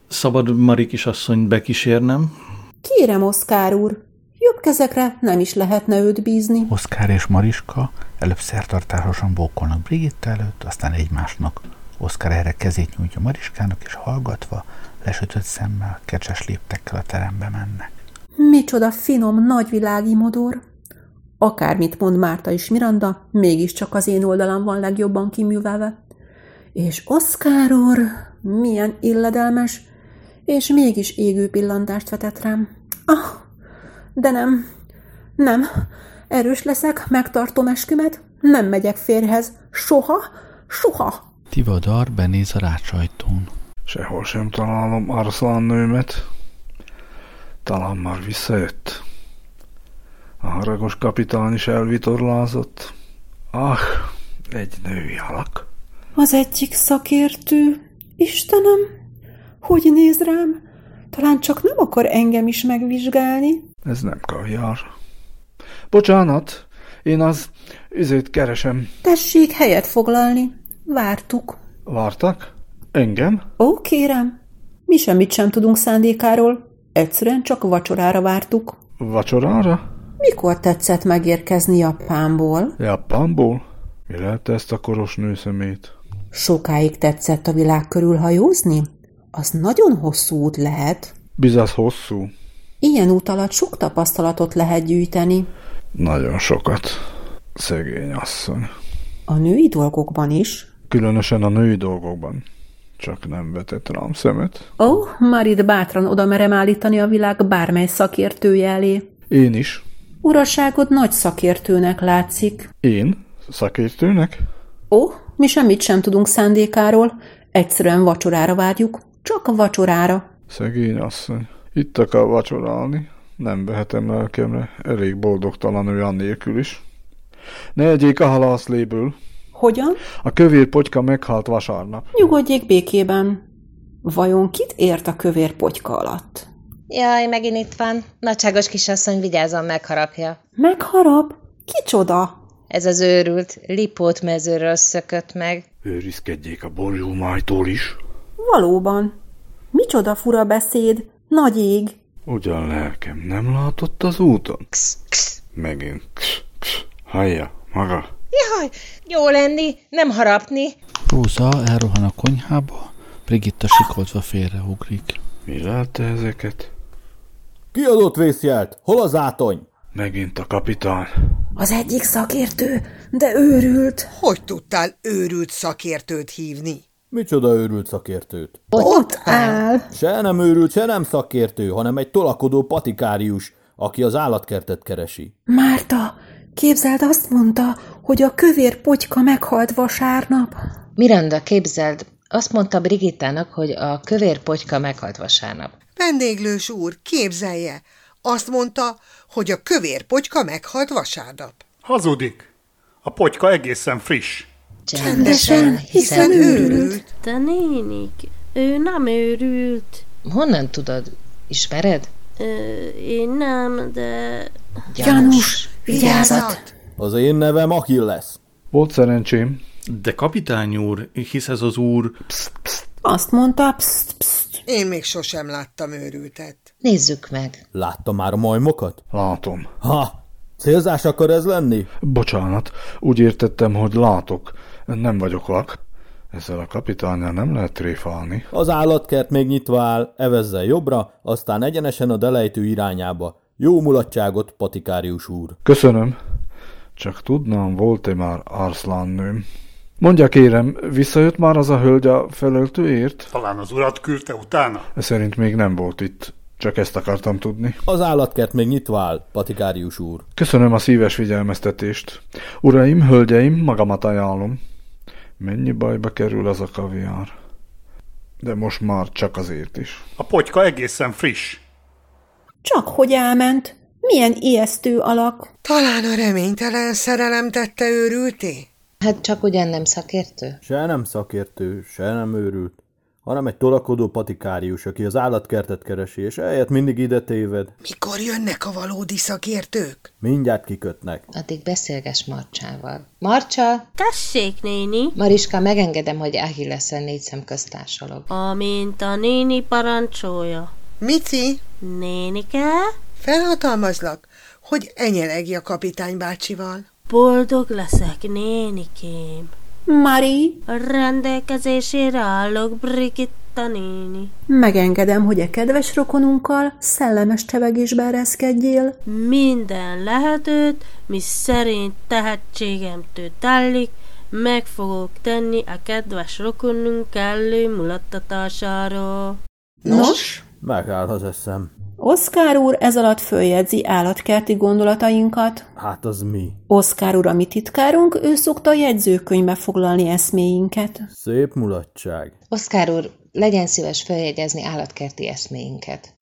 H: Szabad Mari kisasszonyt bekísérnem?
O: Kérem, Oszkár úr, jobb kezekre nem is lehetne őt bízni.
A: Oszkár és Mariska előbb szertartásosan bókolnak Brigitta előtt, aztán egymásnak. Oszkár erre kezét nyújtja Mariskának, és hallgatva, lesütött szemmel, kecses léptekkel a terembe mennek.
O: Micsoda finom, nagyvilági modor. Akármit mond Márta és Miranda, mégiscsak az én oldalam van legjobban kiművelve. És Oszkár úr, milyen illedelmes, és mégis égő pillantást vetett rám. Ah, de nem, nem, erős leszek, megtartom eskümet, nem megyek férhez, soha, soha.
A: Tivadar benéz a rácsajtón.
M: Sehol sem találom Arszlán nőmet. Talán már visszajött. A haragos kapitány is elvitorlázott. Ah, egy női alak.
O: Az egyik szakértő. Istenem, hogy néz rám? Talán csak nem akar engem is megvizsgálni.
M: Ez nem kaviár. Bocsánat, én az üzét keresem.
O: Tessék helyet foglalni. Vártuk.
M: Vártak? Engem?
O: Ó, kérem. Mi semmit sem tudunk szándékáról. Egyszerűen csak vacsorára vártuk.
M: Vacsorára?
O: Mikor tetszett megérkezni Japánból?
M: Japánból?
G: Mi lelte ezt a koros nő szemét?
O: Sokáig tetszett a világ körül hajózni? Az nagyon hosszú út lehet.
G: Bizaz hosszú.
O: Ilyen út alatt sok tapasztalatot lehet gyűjteni.
G: Nagyon sokat. Szegény asszony.
O: A női dolgokban is.
G: Különösen a női dolgokban. Csak nem vetett rám szemet.
O: Ó, oh, már itt bátran oda merem állítani a világ bármely szakértője elé.
G: Én is.
O: Uraságod nagy szakértőnek látszik.
G: Én? Szakértőnek?
O: Ó, oh, mi semmit sem tudunk szándékáról. Egyszerűen vacsorára várjuk. Csak a vacsorára.
G: Szegény asszony. Itt akar vacsorálni. Nem vehetem lelkemre. Elég boldogtalan ő annélkül is. Ne egyék a halászléből.
O: Hogyan?
G: A kövér potyka meghalt vasárnap.
O: Nyugodjék békében. Vajon kit ért a kövér potyka alatt?
J: Jaj, megint itt van. Nagyságos kisasszony, vigyázzon, megharapja.
O: Megharap? Kicsoda?
J: Ez az őrült, lipót mezőről szökött meg.
P: Őrizkedjék a borjúmájtól is.
O: Valóban. Micsoda fura beszéd. Nagy ég.
G: Ugyan lelkem nem látott az úton? Megint. Hallja, maga.
J: Jaj, jó lenni, nem harapni.
A: Róza elrohan a konyhába, Brigitta sikoltva félreugrik.
G: Mi látta ezeket?
K: Ki adott vészjelt? Hol az átony?
G: Megint a kapitány.
O: Az egyik szakértő, de őrült.
N: Hogy tudtál őrült szakértőt hívni?
K: Micsoda őrült szakértőt?
O: Ott áll.
K: Se nem őrült, se nem szakértő, hanem egy tolakodó patikárius, aki az állatkertet keresi.
O: Márta, képzeld azt mondta, hogy a kövér potyka meghalt vasárnap.
J: Miranda, képzeld, azt mondta Brigittának, hogy a kövér potyka meghalt vasárnap.
N: Vendéglős úr, képzelje! Azt mondta, hogy a kövér potyka meghalt vasárnap.
D: Hazudik. A potyka egészen friss.
J: Csendesen, hiszen őrült.
I: De nénik, ő nem őrült.
J: Honnan tudod? Ismered?
I: Ö, én nem, de...
O: Gyanús, vigyázat!
K: Az én nevem Akil lesz.
G: Volt szerencsém.
H: De kapitány úr, hisz ez az úr...
G: Pszt, pszt.
O: Azt mondta, pszt, pszt.
N: Én még sosem láttam őrültet.
J: Nézzük meg.
K: Látta már a majmokat?
G: Látom.
K: Ha, célzás akar ez lenni?
G: Bocsánat, úgy értettem, hogy látok. Nem vagyok vak. Ezzel a kapitánynal nem lehet tréfálni.
K: Az állatkert még nyitva áll, evezzel jobbra, aztán egyenesen a delejtő irányába. Jó mulatságot, patikárius úr.
G: Köszönöm. Csak tudnám, volt-e már Arszlán nőm. Mondja kérem, visszajött már az a hölgy a felöltőért?
D: Talán az urat küldte utána?
G: Szerint még nem volt itt. Csak ezt akartam tudni.
K: Az állatkert még nyitva áll, patikárius úr.
G: Köszönöm a szíves figyelmeztetést. Uraim, hölgyeim, magamat ajánlom. Mennyi bajba kerül az a kaviár? De most már csak azért is.
D: A potyka egészen friss.
O: Csak hogy elment. Milyen ijesztő alak.
N: Talán a reménytelen szerelem tette őrülté?
J: Hát csak ugyan nem szakértő.
K: Se nem szakértő, se nem őrült hanem egy tolakodó patikárius, aki az állatkertet keresi, és eljött mindig ide téved.
N: Mikor jönnek a valódi szakértők?
K: Mindjárt kikötnek.
J: Addig beszélges Marcsával. Marcsa!
I: Tessék, néni!
J: Mariska, megengedem, hogy Achillesen négy szem köztársalog.
I: Amint a néni parancsolja.
N: Mici!
I: Nénike?
N: Felhatalmazlak, hogy enyelegj a kapitány bácsival.
I: Boldog leszek, nénikém.
O: Mari?
I: Rendelkezésére állok, Brigitta néni.
O: Megengedem, hogy a kedves rokonunkkal szellemes csevegésben reszkedjél.
I: Minden lehetőt, mi szerint tehetségemtől telik, meg fogok tenni a kedves rokonunk kellő mulattatásáról.
O: Nos?
K: Megáll az eszem.
O: Oszkár úr ez alatt följegyzi állatkerti gondolatainkat.
K: Hát az mi?
O: Oszkár úr, a mi titkárunk, ő szokta a jegyzőkönyvbe foglalni eszméinket.
K: Szép mulatság.
J: Oszkár úr, legyen szíves följegyezni állatkerti eszméinket.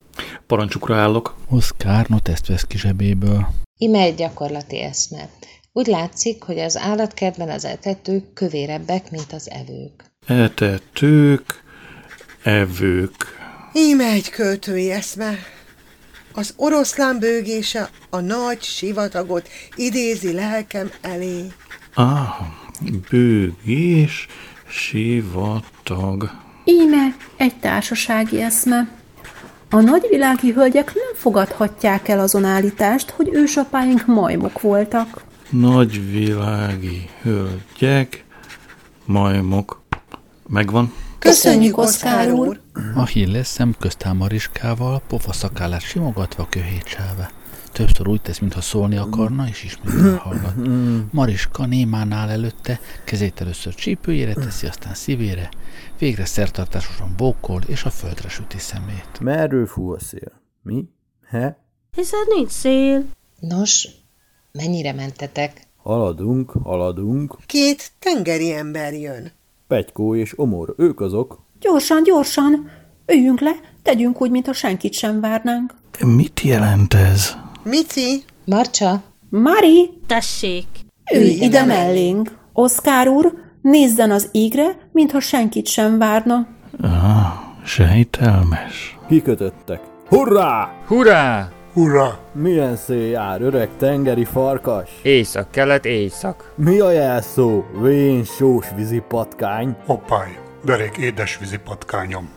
H: Parancsukra állok.
A: Oszkár noteszt vesz ki zsebéből.
J: Ime egy gyakorlati eszme. Úgy látszik, hogy az állatkertben az etetők kövérebbek, mint az evők.
H: Etetők, evők.
N: Íme egy költői eszme. Az oroszlán bőgése a nagy sivatagot idézi lelkem elé.
H: Ah, bőgés, sivatag.
O: Íme egy társasági eszme. A nagyvilági hölgyek nem fogadhatják el azon állítást, hogy ősapáink majmok voltak.
H: Nagyvilági hölgyek, majmok. Megvan?
N: Köszönjük, Oszkár úr!
A: A Hilles szemköztál Mariskával, pofa szakállát simogatva köhét cselve. Többször úgy tesz, mintha szólni akarna, és ismét elhallgat. Mariska némán áll előtte, kezét először csípőjére teszi, aztán szívére, végre szertartásosan bókol, és a földre süti szemét.
K: Merről fúj a szél? Mi? He?
J: Hiszen nincs szél. Nos, mennyire mentetek?
K: Haladunk, haladunk.
N: Két tengeri ember jön.
K: Petykó és Omor, ők azok.
O: Gyorsan, gyorsan! Üljünk le, tegyünk úgy, mintha senkit sem várnánk.
H: De mit jelent ez?
N: Mici!
J: Marcsa!
O: Mari!
I: Tessék!
O: Ülj ide mellénk! Oszkár úr, nézzen az ígre, mintha senkit sem várna.
H: Ah, sejtelmes.
K: Kikötöttek. Hurrá!
Q: Hurrá!
D: Hurrá!
K: Milyen szél jár, öreg tengeri farkas?
Q: Észak-kelet, éjszak.
K: Mi a jelszó? Vén sós vízi patkány.
D: Hoppáj, derék édesvízi patkányom.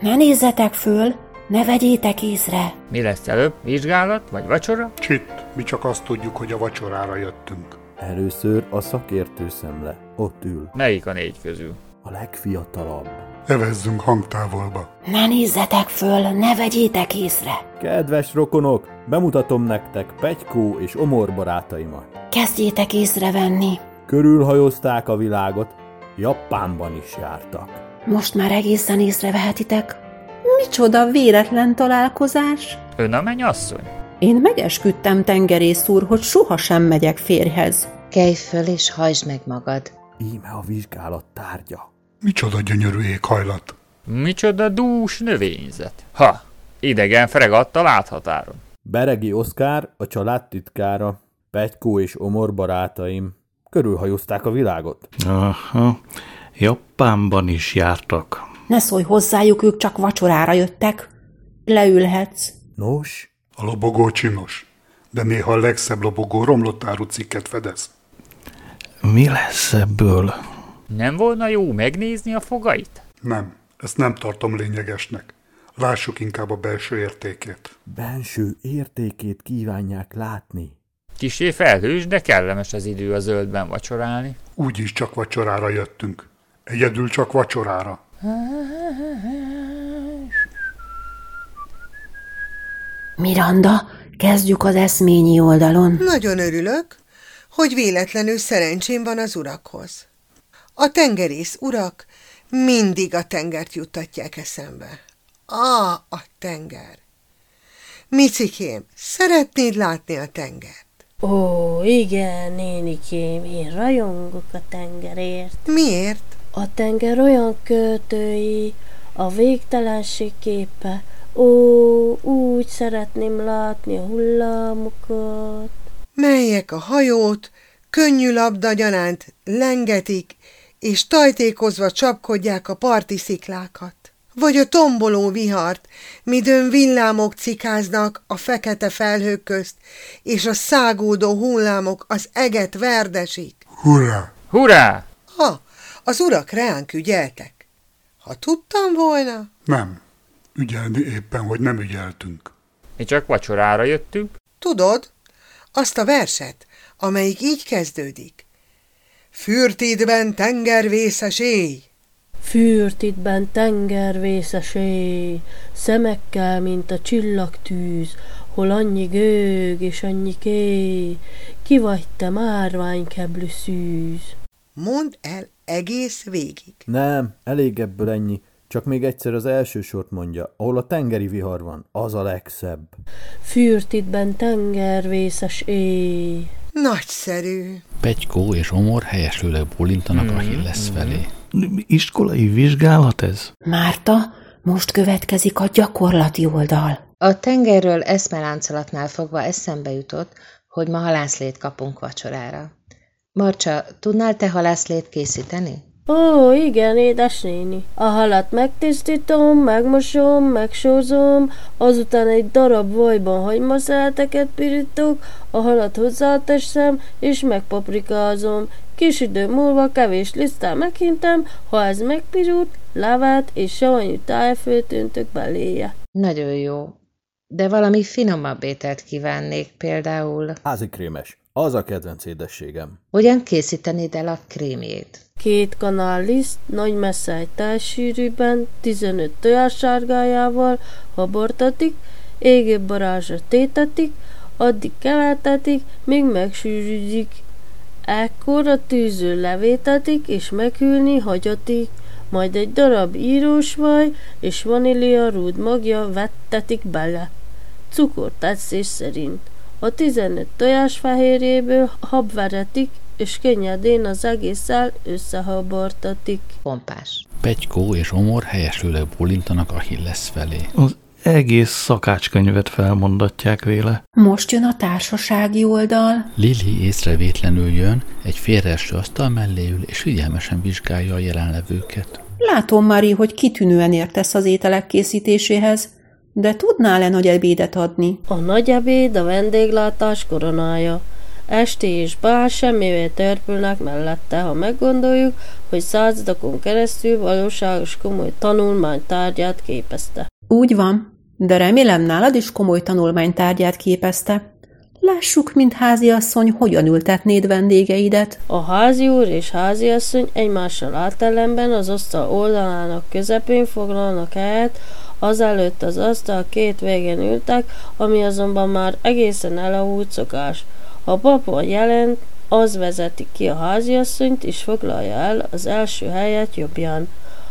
O: Ne nézzetek föl, ne vegyétek észre.
Q: Mi lesz előbb? Vizsgálat vagy vacsora?
D: Csit, mi csak azt tudjuk, hogy a vacsorára jöttünk.
K: Először a szakértő szemle. Ott ül.
Q: Melyik a négy közül?
K: A legfiatalabb.
D: Evezzünk hangtávolba.
O: Ne nézzetek föl, ne vegyétek észre.
K: Kedves rokonok, bemutatom nektek Petykó és Omor barátaimat.
O: Kezdjétek észrevenni.
K: Körülhajózták a világot, Japánban is jártak.
O: Most már egészen észrevehetitek. Micsoda véletlen találkozás.
Q: Ön a mennyasszony?
O: Én megesküdtem tengerész úr, hogy sohasem megyek férjhez.
J: Kelj föl és hajtsd meg magad.
K: Íme a vizsgálat tárgya.
D: Micsoda gyönyörű éghajlat.
Q: Micsoda dús növényzet. Ha, idegen fregatta láthatáron.
K: Beregi Oszkár, a család titkára, Petykó és Omor barátaim. Körülhajózták a világot.
H: Aha, Japánban is jártak.
O: Ne szólj hozzájuk, ők csak vacsorára jöttek. Leülhetsz.
K: Nos?
D: A lobogó csinos, de néha a legszebb lobogó romlott áru cikket fedez.
H: Mi lesz ebből?
Q: Nem volna jó megnézni a fogait?
D: Nem, ezt nem tartom lényegesnek. Lássuk inkább a belső értékét.
K: Benső értékét kívánják látni.
Q: Kisé felhős, de kellemes az idő a zöldben vacsorálni.
D: Úgyis csak vacsorára jöttünk. Egyedül csak vacsorára.
O: Miranda, kezdjük az eszményi oldalon.
N: Nagyon örülök, hogy véletlenül szerencsém van az urakhoz. A tengerész urak mindig a tengert juttatják eszembe. Á, a tenger! Micikém, szeretnéd látni a tengert?
I: Ó, igen, nénikém, én rajongok a tengerért.
N: Miért?
I: A tenger olyan költői, a végtelenség képe. Ó, úgy szeretném látni a hullámokat.
N: melyek a hajót, könnyű labdagyanánt lengetik, és tajtékozva csapkodják a parti sziklákat. Vagy a tomboló vihart, midőn villámok cikáznak a fekete felhők közt, és a szágódó hullámok az eget verdesik.
D: Hurrá!
Q: Hurrá!
N: Ha, az urak ránk ügyeltek. Ha tudtam volna,
D: Nem. Ügyelni éppen, hogy nem ügyeltünk.
Q: Mi csak vacsorára jöttünk.
N: tudod, azt a verset, amelyik így kezdődik. Fürtidben tengervészes éj,
I: Fürtitben tengervészesé, szemekkel, mint a csillagtűz, hol annyi gőg és annyi kéj, ki vagy te márványkeblű szűz.
N: mondd el egész végig.
K: Nem, elég ebből ennyi. Csak még egyszer az első sort mondja, ahol a tengeri vihar van, az a legszebb.
I: Fürtitben tengervészes éj.
N: Nagyszerű.
A: Petykó és Omor helyeslőleg bólintanak a Hilles felé.
H: Iskolai vizsgálat ez?
O: Márta, most következik a gyakorlati oldal.
J: A tengerről eszmeláncolatnál fogva eszembe jutott, hogy ma halászlét kapunk vacsorára. Marcsa, tudnál te halászlét készíteni?
I: Ó, igen, édesnéni. A halat megtisztítom, megmosom, megsózom, azután egy darab vajban hagymaszereteket pirítok, a halat hozzáteszem és megpaprikázom. Kis idő múlva kevés liszttel meghintem, ha ez megpirult, levát és savanyú tájfőt öntök beléje.
J: Nagyon jó. de valami finomabb ételt kívánnék például.
K: Házikrémes. Az a kedvenc édességem.
J: Hogyan készítenéd el a krémjét?
I: Két kanál liszt, nagy messzáj tájsűrűben, 15 tojássárgájával habortatik, égébb barázsra tétetik, addig keveltetik, míg megsűrűdik. Ekkor a tűző levétetik, és meghűlni hagyatik, majd egy darab írósvaj és vanília rúd magja vettetik bele. Cukor tetszés szerint. A 15 tojás fehérjéből habveretik, és könnyedén az egésszel összehabartatik.
J: Pompás.
A: Petykó és Omor helyeslőleg bólintanak Achilles felé.
H: Az egész szakácskönyvet felmondatják véle.
O: Most jön a társasági oldal.
A: Lili észrevétlenül jön, egy félreeső asztal mellé ül, és figyelmesen vizsgálja a jelenlevőket.
O: Látom, Mari, hogy kitűnően értesz az ételek készítéséhez, de tudnál-e nagy ebédet adni?
I: A nagy ebéd a vendéglátás koronája. Esti és bál semmivé törpülnek mellette, ha meggondoljuk, hogy századokon keresztül valóságos komoly tanulmány tárgyát képezte.
O: Úgy van, de remélem nálad is komoly tanulmánytárgyát képezte. Lássuk, mint háziasszony, hogyan ültetnéd vendégeidet.
I: A házi úr és háziasszony egymással átellenben az asztal oldalának közepén foglalnak helyet, azelőtt az asztal két végén ültek, ami azonban már egészen elavult szokás. Ha a papa jelent, az vezeti ki a háziasszonyt és foglalja el az első helyet jobbján.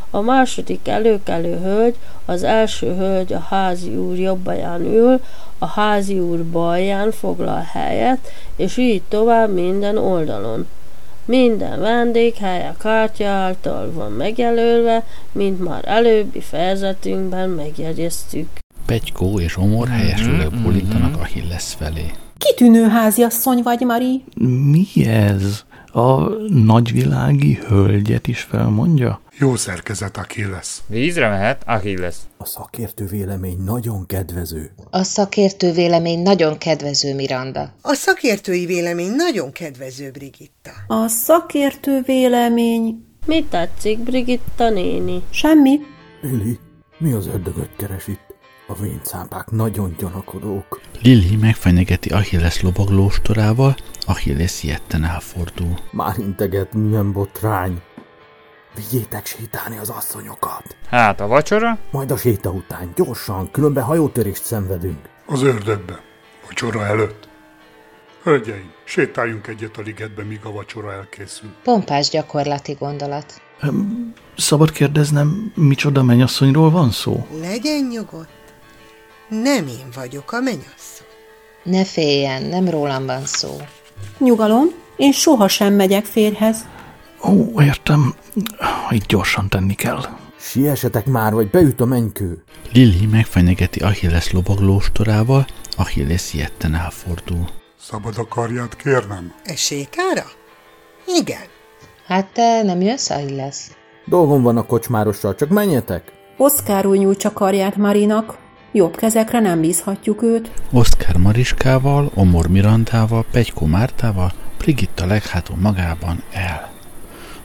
I: A második előkelő hölgy, az első hölgy a házi úr jobbaján ül, a házi úr balján foglal helyet, és így tovább minden oldalon. Minden vendéghelye kártya által van megjelölve, mint már előbbi fejezetünkben megjegyeztük.
A: Petykó és Omor
H: Mhm,
A: helyeslőleg bólintanak Achilles felé.
O: Kitűnő háziasszony vagy, Mari?
H: Mi ez? A nagyvilági hölgyet is felmondja?
D: Jó szerkezet, aki lesz.
Q: Vízre mehet, Achilles.
K: A szakértő vélemény nagyon kedvező.
J: A szakértő vélemény nagyon kedvező, Miranda.
N: A szakértői vélemény nagyon kedvező, Brigitta.
O: A szakértő vélemény...
I: Mi tetszik, Brigitta néni?
O: Semmi.
K: Lili, mi az ördögöt keres itt? A vénszámpák nagyon gyanakodók.
A: Lili megfenyegeti Achilles lovaglóstorával, Achilles ilyetten elfordul.
K: Már integet, milyen botrány. Vigyétek sétálni az asszonyokat.
Q: Hát a vacsora?
K: Majd a séta után, gyorsan, különben hajótörést szenvedünk.
D: Az ördögbe. Vacsora előtt. Hölgyeim, sétáljunk egyet a ligetbe, míg a vacsora elkészül.
J: Pompás gyakorlati gondolat.
H: Öm, Szabad kérdeznem, micsoda mennyasszonyról van szó?
N: Legyen nyugodt. Nem én vagyok a menyasszony.
J: Ne féljen, nem rólam van szó.
O: Nyugalom, én sohasem megyek férhez.
H: Ó, értem. Itt gyorsan tenni kell.
K: Siessetek már, vagy beüt a mennykő.
A: Lili megfenyegeti Achilles lovaglóstorával, Achilles ilyetten elfordul.
D: Szabad a karját kérnem?
N: E sétára? Igen.
J: Hát te nem jössz, ahogy lesz.
K: Dolgom van a kocsmárossal, csak menjetek.
O: Oszkár úr nyújtsa karját Marinak. Jobb kezekre nem bízhatjuk őt.
A: Oszkár Mariskával, Omor Mirandával, Petykó Mártával, Brigitta leghától magában el.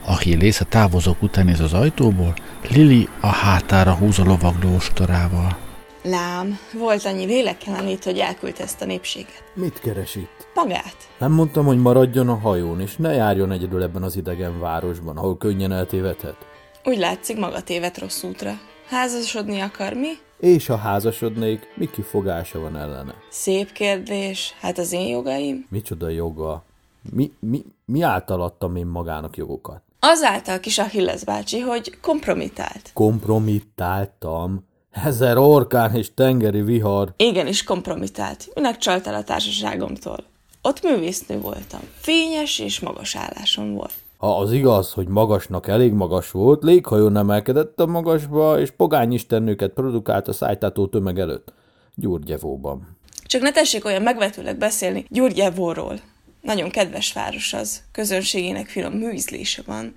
A: Achilles a távozók után néz az ajtóból, Lili a hátára húz a lovagló ostorával.
F: Lám, volt annyi lélekteleníт, hogy elküldte ezt a népséget.
K: Mit keres itt?
F: Magát.
K: Nem mondtam, hogy maradjon a hajón, és ne járjon egyedül ebben az idegen városban, ahol könnyen eltévedhet.
F: Úgy látszik, maga tévedt rossz útra. Házasodni akar mi?
K: És ha házasodnék, mi kifogása van ellene?
F: Szép kérdés. Hát az én jogaim?
K: Micsoda joga? Mi, mi, mi által adtam én magának jogokat?
F: Azáltal kis Achilles bácsi, hogy kompromitált.
K: Kompromittáltam. Ezer orkán és tengeri vihar.
F: Igenis kompromitált. Önnek csalt el a társaságomtól. Ott művésznő voltam. Fényes és magas állásom volt.
K: Ha az igaz, hogy magasnak elég magas volt, léghajón emelkedett a magasba, és pogány istennőket produkált a szájtátó tömeg előtt. Gyurgyevóban.
F: Csak ne tessék olyan megvetőleg beszélni Gyurgyevóról. Nagyon kedves város az, közönségének finom műzlése van.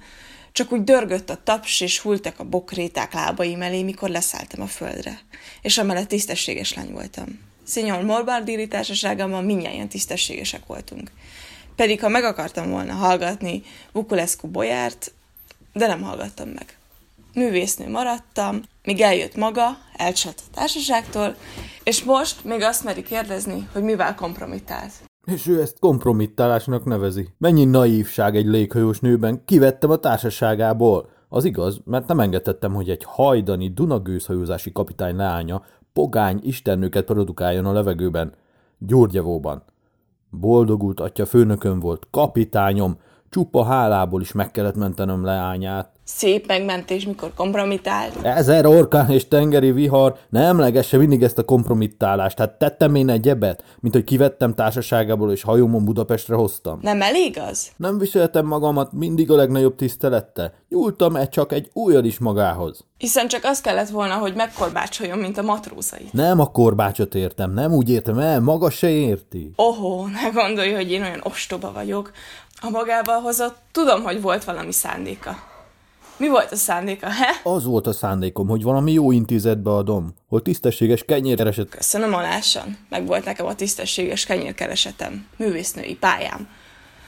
F: Csak úgy dörgött a taps, és hultak a bokréták lábaim elé, mikor leszálltam a földre. És amellett tisztességes lány voltam. Szinyol Morbardiri társaságában mindjárt tisztességesek voltunk. Pedig ha meg akartam volna hallgatni Bukulescu bolyárt, de nem hallgattam meg. művésznő maradtam, míg eljött maga, elcsalt a társaságtól, és most még azt meri kérdezni, hogy mivel kompromitált.
K: És ő ezt kompromittálásnak nevezi. Mennyi naívság egy léghajós nőben, kivettem a társaságából. Az igaz, mert nem engedtettem, hogy egy hajdani Dunagőzhajózási kapitány leánya pogány istennőket produkáljon a levegőben. Gyurgyevóban. Boldogult atya főnököm volt, kapitányom, csupa hálából is meg kellett mentenem leányát.
F: Szép megmentés, mikor kompromitált.
K: Ezer orkán és tengeri vihar, ne emlegesse mindig ezt a kompromittálást. Hát tettem én egy ebet, mint hogy kivettem társaságából és hajómon Budapestre hoztam.
F: Nem elég az?
K: Nem viseltem magamat mindig a legnagyobb tisztelettel. Nyúltam-e csak egy újjal is magához?
F: Hiszen csak az kellett volna, hogy megkorbácsoljon, mint a matrózai.
K: Nem a korbácsot értem, nem úgy értem el, maga se érti.
F: Ohó, ne gondolj, hogy én olyan ostoba vagyok. A magával hozott, tudom, hogy volt valami szándéka. Mi volt a szándéka, he?
K: Az volt a szándékom, hogy valami jó intézetbe adom, hol tisztességes kenyér keresett.
F: Köszönöm alásan. Meg volt nekem a tisztességes kenyérkeresetem, művésznői pályám.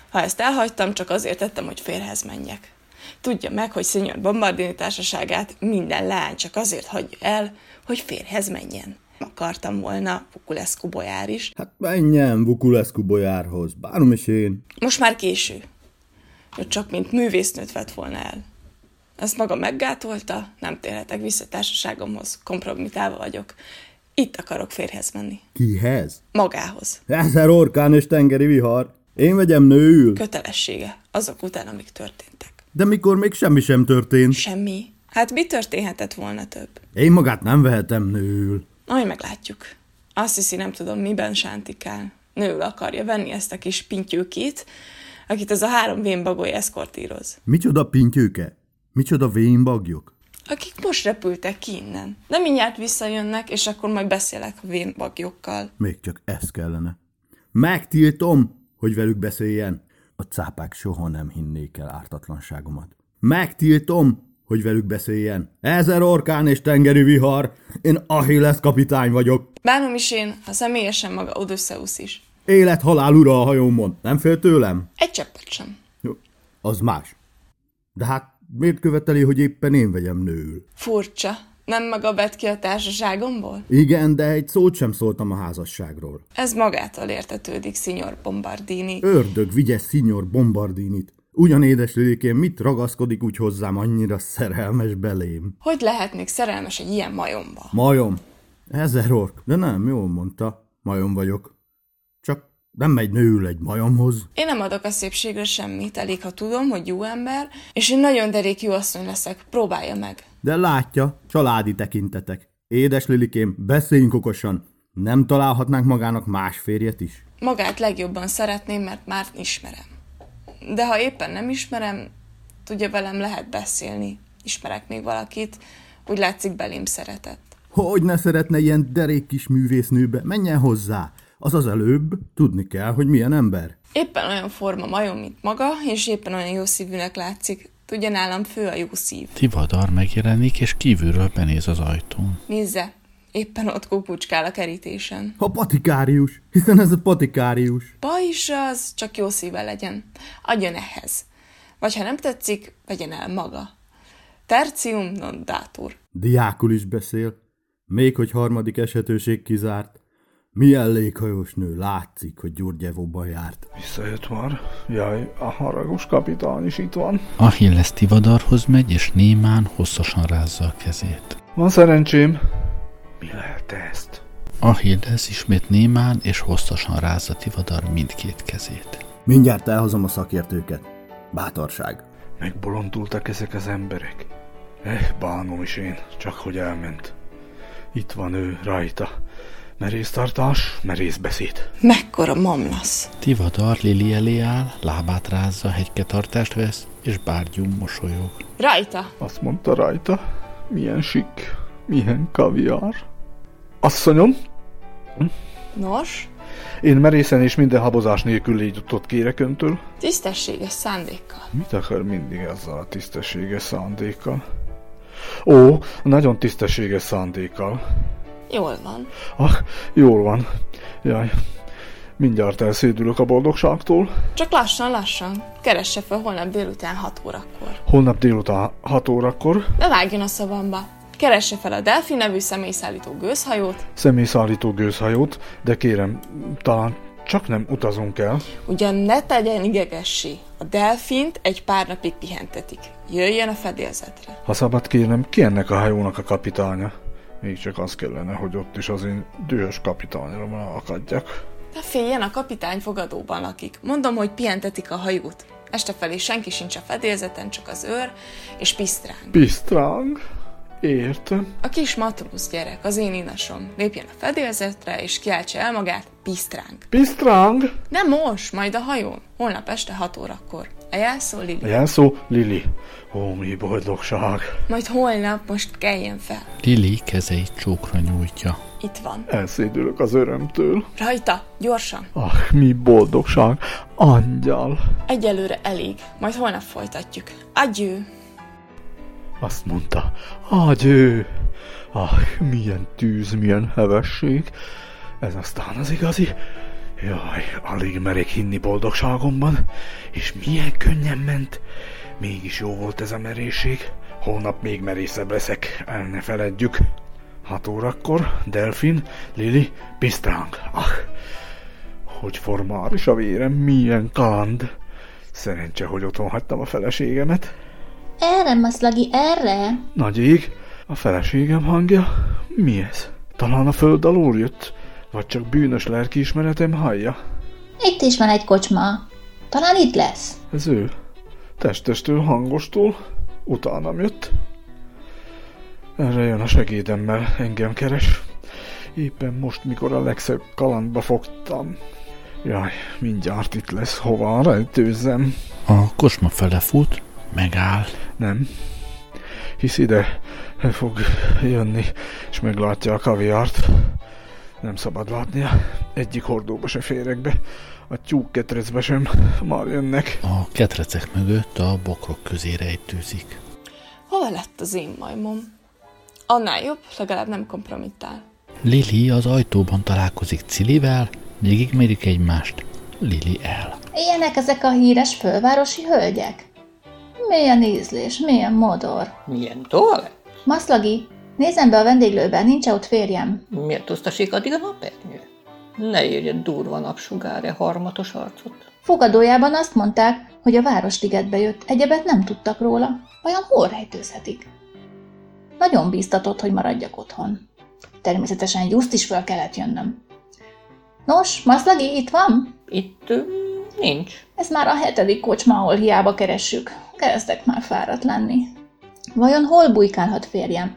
F: Ha ezt elhagytam, csak azért tettem, hogy férhez menjek. Tudja meg, hogy Senior Bombardini társaságát minden leány csak azért hagyja el, hogy férhez menjen. Akartam volna Pukulescu bolyár is.
K: Hát menjen Vukulescu bolyárhoz, bánom is én.
F: Most már késő. Ő csak mint művésznőt vett volna el. Ezt maga meggátolta, nem térhetek vissza társaságomhoz, kompromitálva vagyok. Itt akarok férhez menni.
K: Kihez?
F: Magához.
K: Ezer orkán és tengeri vihar. Én vegyem nőül.
F: Kötelessége, azok után, amik történtek.
K: De mikor még semmi sem történt.
F: Semmi. Hát mi történhetett volna több?
K: Én magát nem vehetem nőül.
F: Majd meglátjuk. Azt hiszi, nem tudom, miben sántikál. Nőül akarja venni ezt a kis pintyőkét, akit ez a három vénbagoly eszkortíroz.
K: Micsoda pintyőke? Micsoda vénbagyok?
F: Akik most repültek ki innen. De mindjárt visszajönnek, és akkor majd beszélek a vénbagyokkal.
K: Még csak ez kellene. Megtiltom, hogy velük beszéljen. A cápák soha nem hinnék el ártatlanságomat. Megtiltom, hogy velük beszéljen. Ezer orkán és tengeri vihar. Én Achilles kapitány vagyok.
F: Bánom is én, ha személyesen maga Odysseus is.
K: Élet-halál ura a hajómon. Nem fél tőlem?
F: Egy cseppet sem.
K: Jó, Az más. De hát miért követeli, hogy éppen én vegyem nőül?
F: Furcsa. Nem maga vett ki a társaságomból?
K: Igen, de egy szót sem szóltam a házasságról.
F: Ez magától értetődik, Signor Bombardini.
K: Ördög vigye Signor Bombardinit. Ugyan édes lélkém, mit ragaszkodik úgy hozzám annyira szerelmes belém?
F: Hogy lehetnék szerelmes egy ilyen majomba?
K: Majom. Ezer ork. De nem, jól mondta. Majom vagyok. Csak nem megy nőül egy majomhoz.
F: Én nem adok a szépségre semmit, elég ha tudom, hogy jó ember, és én nagyon derék jó asszony leszek, próbálja meg.
K: De látja, családi tekintetek. Édes lilikém, beszéljünk okosan. Nem találhatnánk magának más férjet is?
F: Magát legjobban szeretném, mert már ismerem. De ha éppen nem ismerem, tudja, velem lehet beszélni. Ismerek még valakit, úgy látszik belém szeretett.
K: Hogy ne szeretne ilyen derék kis művésznőbe? Menjen hozzá! Az az előbb, tudni kell, hogy milyen ember.
F: Éppen olyan forma majom, mint maga, és éppen olyan jó szívűnek látszik. Tudja, nálam fő a jó szív.
A: Tivadar megjelenik, és kívülről benéz az ajtón.
F: Nézze, éppen ott kukucskál a kerítésen.
K: A patikárius, hiszen ez a patikárius.
F: Baj is az, csak jó szíve legyen. Adjon ehhez. Vagy ha nem tetszik, vegyen el maga. Tertium non datur.
K: Diákul is beszél, még hogy harmadik esetőség kizárt. Milyen léghajós nő látszik, hogy Gyurgyevóban járt.
M: Visszajött már. Jaj, a haragos kapitány is itt van.
A: Achilles Tivadarhoz megy, és némán hosszasan rázza a kezét.
M: Van szerencsém.
L: Mi lehet ezt?
A: Achilles ismét némán és hosszasan rázza Tivadar mindkét kezét.
K: Mindjárt elhozom a szakértőket. Bátorság.
M: Megbolondultak ezek az emberek. Eh, bánom is én, csak hogy elment. Itt van ő, rajta. Merésztartás, merészbeszéd.
F: Mekkora mamlasz.
A: Tivadar Lili elé áll, lábát rázza, hegyketartást vesz, és bárgyú mosolyog.
F: Rajta!
M: Azt mondta rajta, milyen sik, milyen kaviár. Asszonyom,
F: Nos,
M: én merészen és minden habozás nélkül légy ott kérek öntől.
F: tisztességes szándékkal.
M: Mit akar mindig ezzel a tisztességes szándékkal? Ó, nagyon tisztességes szándékkal.
F: Jól van.
M: Ah, jól van. Jaj,
G: Mindjárt elszédülök a boldogságtól.
F: Csak lassan, lassan. Keresse fel holnap délután 6 órakor.
G: Holnap délután 6 órakor
F: Ne vágjon a szavamba. Keresse fel a Delfin nevű személyszállító gőzhajót.
G: személyszállító gőzhajót, de kérem, talán csak nem utazunk el.
F: Ugyan ne tegyen igegessé. A delfint egy pár napig pihentetik. Jöjjön a fedélzetre.
G: Ha szabad kérnem, ki ennek a hajónak a kapitánya? Még csak az kellene, hogy ott is az én dühös kapitányomra akadjak.
F: Ne féljen, a kapitány fogadóban lakik. Mondom, hogy pihentetik a hajót. Este felé senki sincs a fedélzeten, csak az őr és Pisztrán.
G: Pisztráng? Értem.
F: A kis matróz gyerek, az én inasom. Lépjen a fedélzetre, és kiáltsa el magát, Pisztránk.
G: Pisztráng?
F: De most, majd a hajón. Holnap este 6 órakor. A jelszó Lili.
G: A jelszó Lili. Ó, mi boldogság.
F: Majd holnap most keljen fel.
A: Lili kezeit csókra nyújtja.
F: Itt van.
G: Elszédülök az örömtől.
F: Rajta, gyorsan.
G: Ah, mi boldogság. Angyal.
F: Egyelőre elég. Majd holnap folytatjuk. Adjő.
G: Azt mondta, agyő! Ah, milyen tűz, milyen hevesség! Ez aztán az igazi. Jaj, alig merek hinni boldogságomban, és milyen könnyen ment. Mégis jó volt ez a merészség. Holnap még merészebb leszek, el ne feledjük. Hat órakor, Delfin, Lili, Pisztránk. Ah, hogy formális a vérem, milyen kaland. Szerencse, hogy otthon hagytam a feleségemet.
E: Erre, maszlagi, erre?
G: Nagy ég, a feleségem hangja? Mi ez? Talán a föld alól jött? Vagy csak bűnös lelkiismeretem hallja?
E: Itt is van egy kocsma. Talán itt lesz.
G: Ez ő. Testestől, hangostól. Utánam jött. Erre jön a segédemmel, engem keres. Éppen most, mikor a legszebb kalandba fogtam. Jaj, mindjárt itt lesz, hova rejtőzzem.
A: A kocsma fele fut, megáll.
G: Nem. Hisz ide fog jönni, és meglátja a kaviárt. Nem szabad látnia. Egyik hordóba se férek be. A tyúk ketrecbe sem. Már jönnek.
A: A ketrecek mögött a bokrok közé rejtőzik.
F: Hova lett az én majmom? Annál jobb, legalább nem kompromittál.
A: Lili az ajtóban találkozik Cilivel, végigmérik egymást. Lili el.
E: Ilyenek ezek a híres fővárosi hölgyek. Milyen ízlés, milyen modor.
R: Milyen toalett?
E: Maszlagi, nézem be a vendéglőben, nincs ott férjem.
R: Miért tisztasik addig a napernyő? Ne érje durva napsugárja harmatos arcot.
E: Fogadójában azt mondták, hogy a Városligetbe jött, egyebet nem tudtak róla. Vajon hol rejtőzhetik? Nagyon bíztatott, hogy maradjak otthon. Természetesen Just is föl kellett jönnöm. Nos, Maszlagi, itt van?
R: Itt ö, nincs.
E: Ez már a hetedik kocsma, ahol hiába keressük. Kezdek már fáradt lenni. Vajon hol bujkálhat férjem?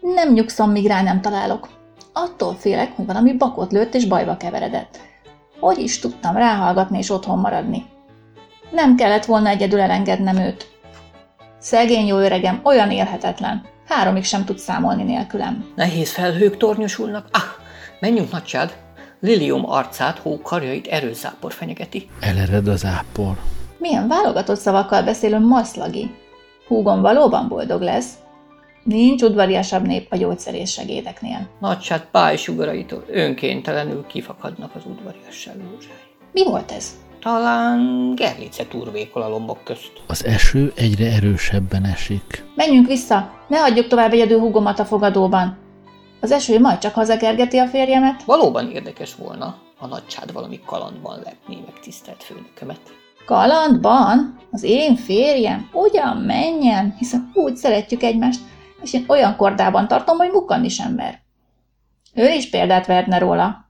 E: Nem nyugszom, míg rá nem találok. Attól félek, hogy valami bakot lőtt és bajba keveredett. Hogy is tudtam ráhallgatni és otthon maradni? Nem kellett volna egyedül elengednem őt. Szegény jó öregem, olyan élhetetlen. Háromig sem tud számolni nélkülem.
R: Nehéz felhők tornyosulnak. Ah, menjünk nagycsád. Lilium arcát, hókarjait erőzápor fenyegeti.
A: Elered az ápor.
E: Milyen válogatott szavakkal beszélünk maszlagi? Húgom valóban boldog lesz. Nincs udvariasabb nép a gyógyszerész segédeknél.
R: Nagysád pálysugaраitól önkéntelenül kifakadnak az udvariasság rózsái.
E: Mi volt ez?
R: Talán gerlice turvékol a lombok közt.
A: Az eső egyre erősebben esik.
E: Menjünk vissza! Ne hagyjuk tovább egyedül húgomat a fogadóban. Az eső majd csak hazakergeti a férjemet.
R: Valóban érdekes volna, ha nagycsád valami kalandban lepné meg tisztelt főnökömet.
E: Kalandban? Az én férjem? Ugyan menjen, hiszen úgy szeretjük egymást, és én olyan kordában tartom, hogy bukkanni sem mer. Ő is példát vehetne róla.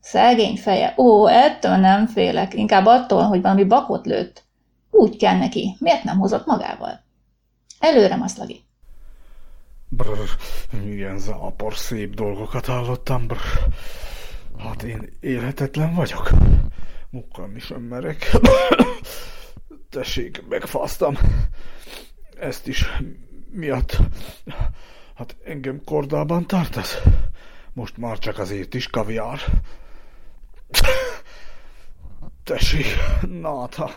E: Szegény feje. Ó, ettől nem félek, inkább attól, hogy valami bakot lőtt. Úgy kell neki, miért nem hozott magával? Előre, maszlagi.
G: Brr, milyen zápor szép dolgokat hallottam, brr. Hát én élhetetlen vagyok. Mukkalni sem merek. Tessék, megfáztam. Ezt is miatt. Hát engem kordában tartasz? Most már csak azért is kaviár. Tessék, náta.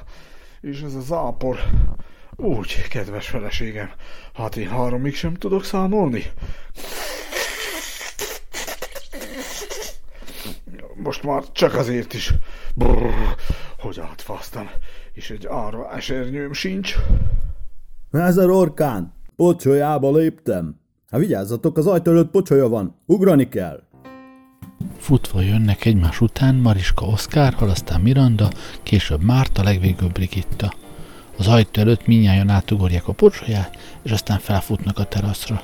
G: És ez a zápor. Úgy, kedves feleségem, hát én háromig sem tudok számolni. most már csak azért is, brrr, hogy átfáztam, és egy árva esernyőm sincs.
K: Ez a orkán! Pocsolyába léptem! Hát vigyázzatok, az ajtó előtt pocsolya van, ugrani kell!
A: Futva jönnek egymás után Mariska Oszkárral, aztán Miranda, később Márta, legvégül Brigitta. Az ajtó előtt minnyáján átugorják a pocsolyát, és aztán felfutnak a teraszra.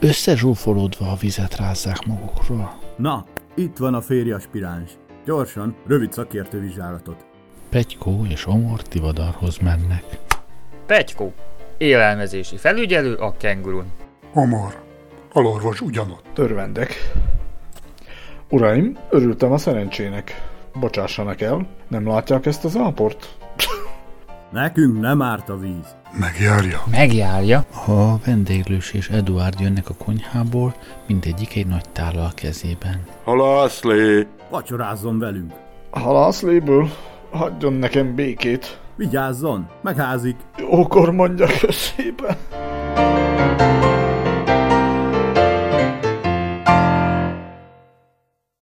A: Összezsúfolódva a vizet rázzák magukról.
K: Na, itt van a férje aspiráns. Gyorsan, rövid szakértő vizsgálatot.
A: Petykó és Omor Tivadarhoz mennek.
S: Petykó, élelmezési felügyelő a kengurun.
T: Omor, alorvos ugyanott.
G: Örvendek. Uraim, örültem a szerencsének. Bocsássanak el, nem látják ezt az áport?
K: Nekünk nem árt a víz.
T: Megjárja.
S: Megjárja.
A: A vendéglős és Eduard jönnek a konyhából, mindegyik egy nagy tállal a kezében.
U: Halászlé!
K: Vacsorázzon velünk.
G: Halászléből? Hagyjon nekem békét.
K: Vigyázzon, megházik.
G: Jókor mondja köszébe.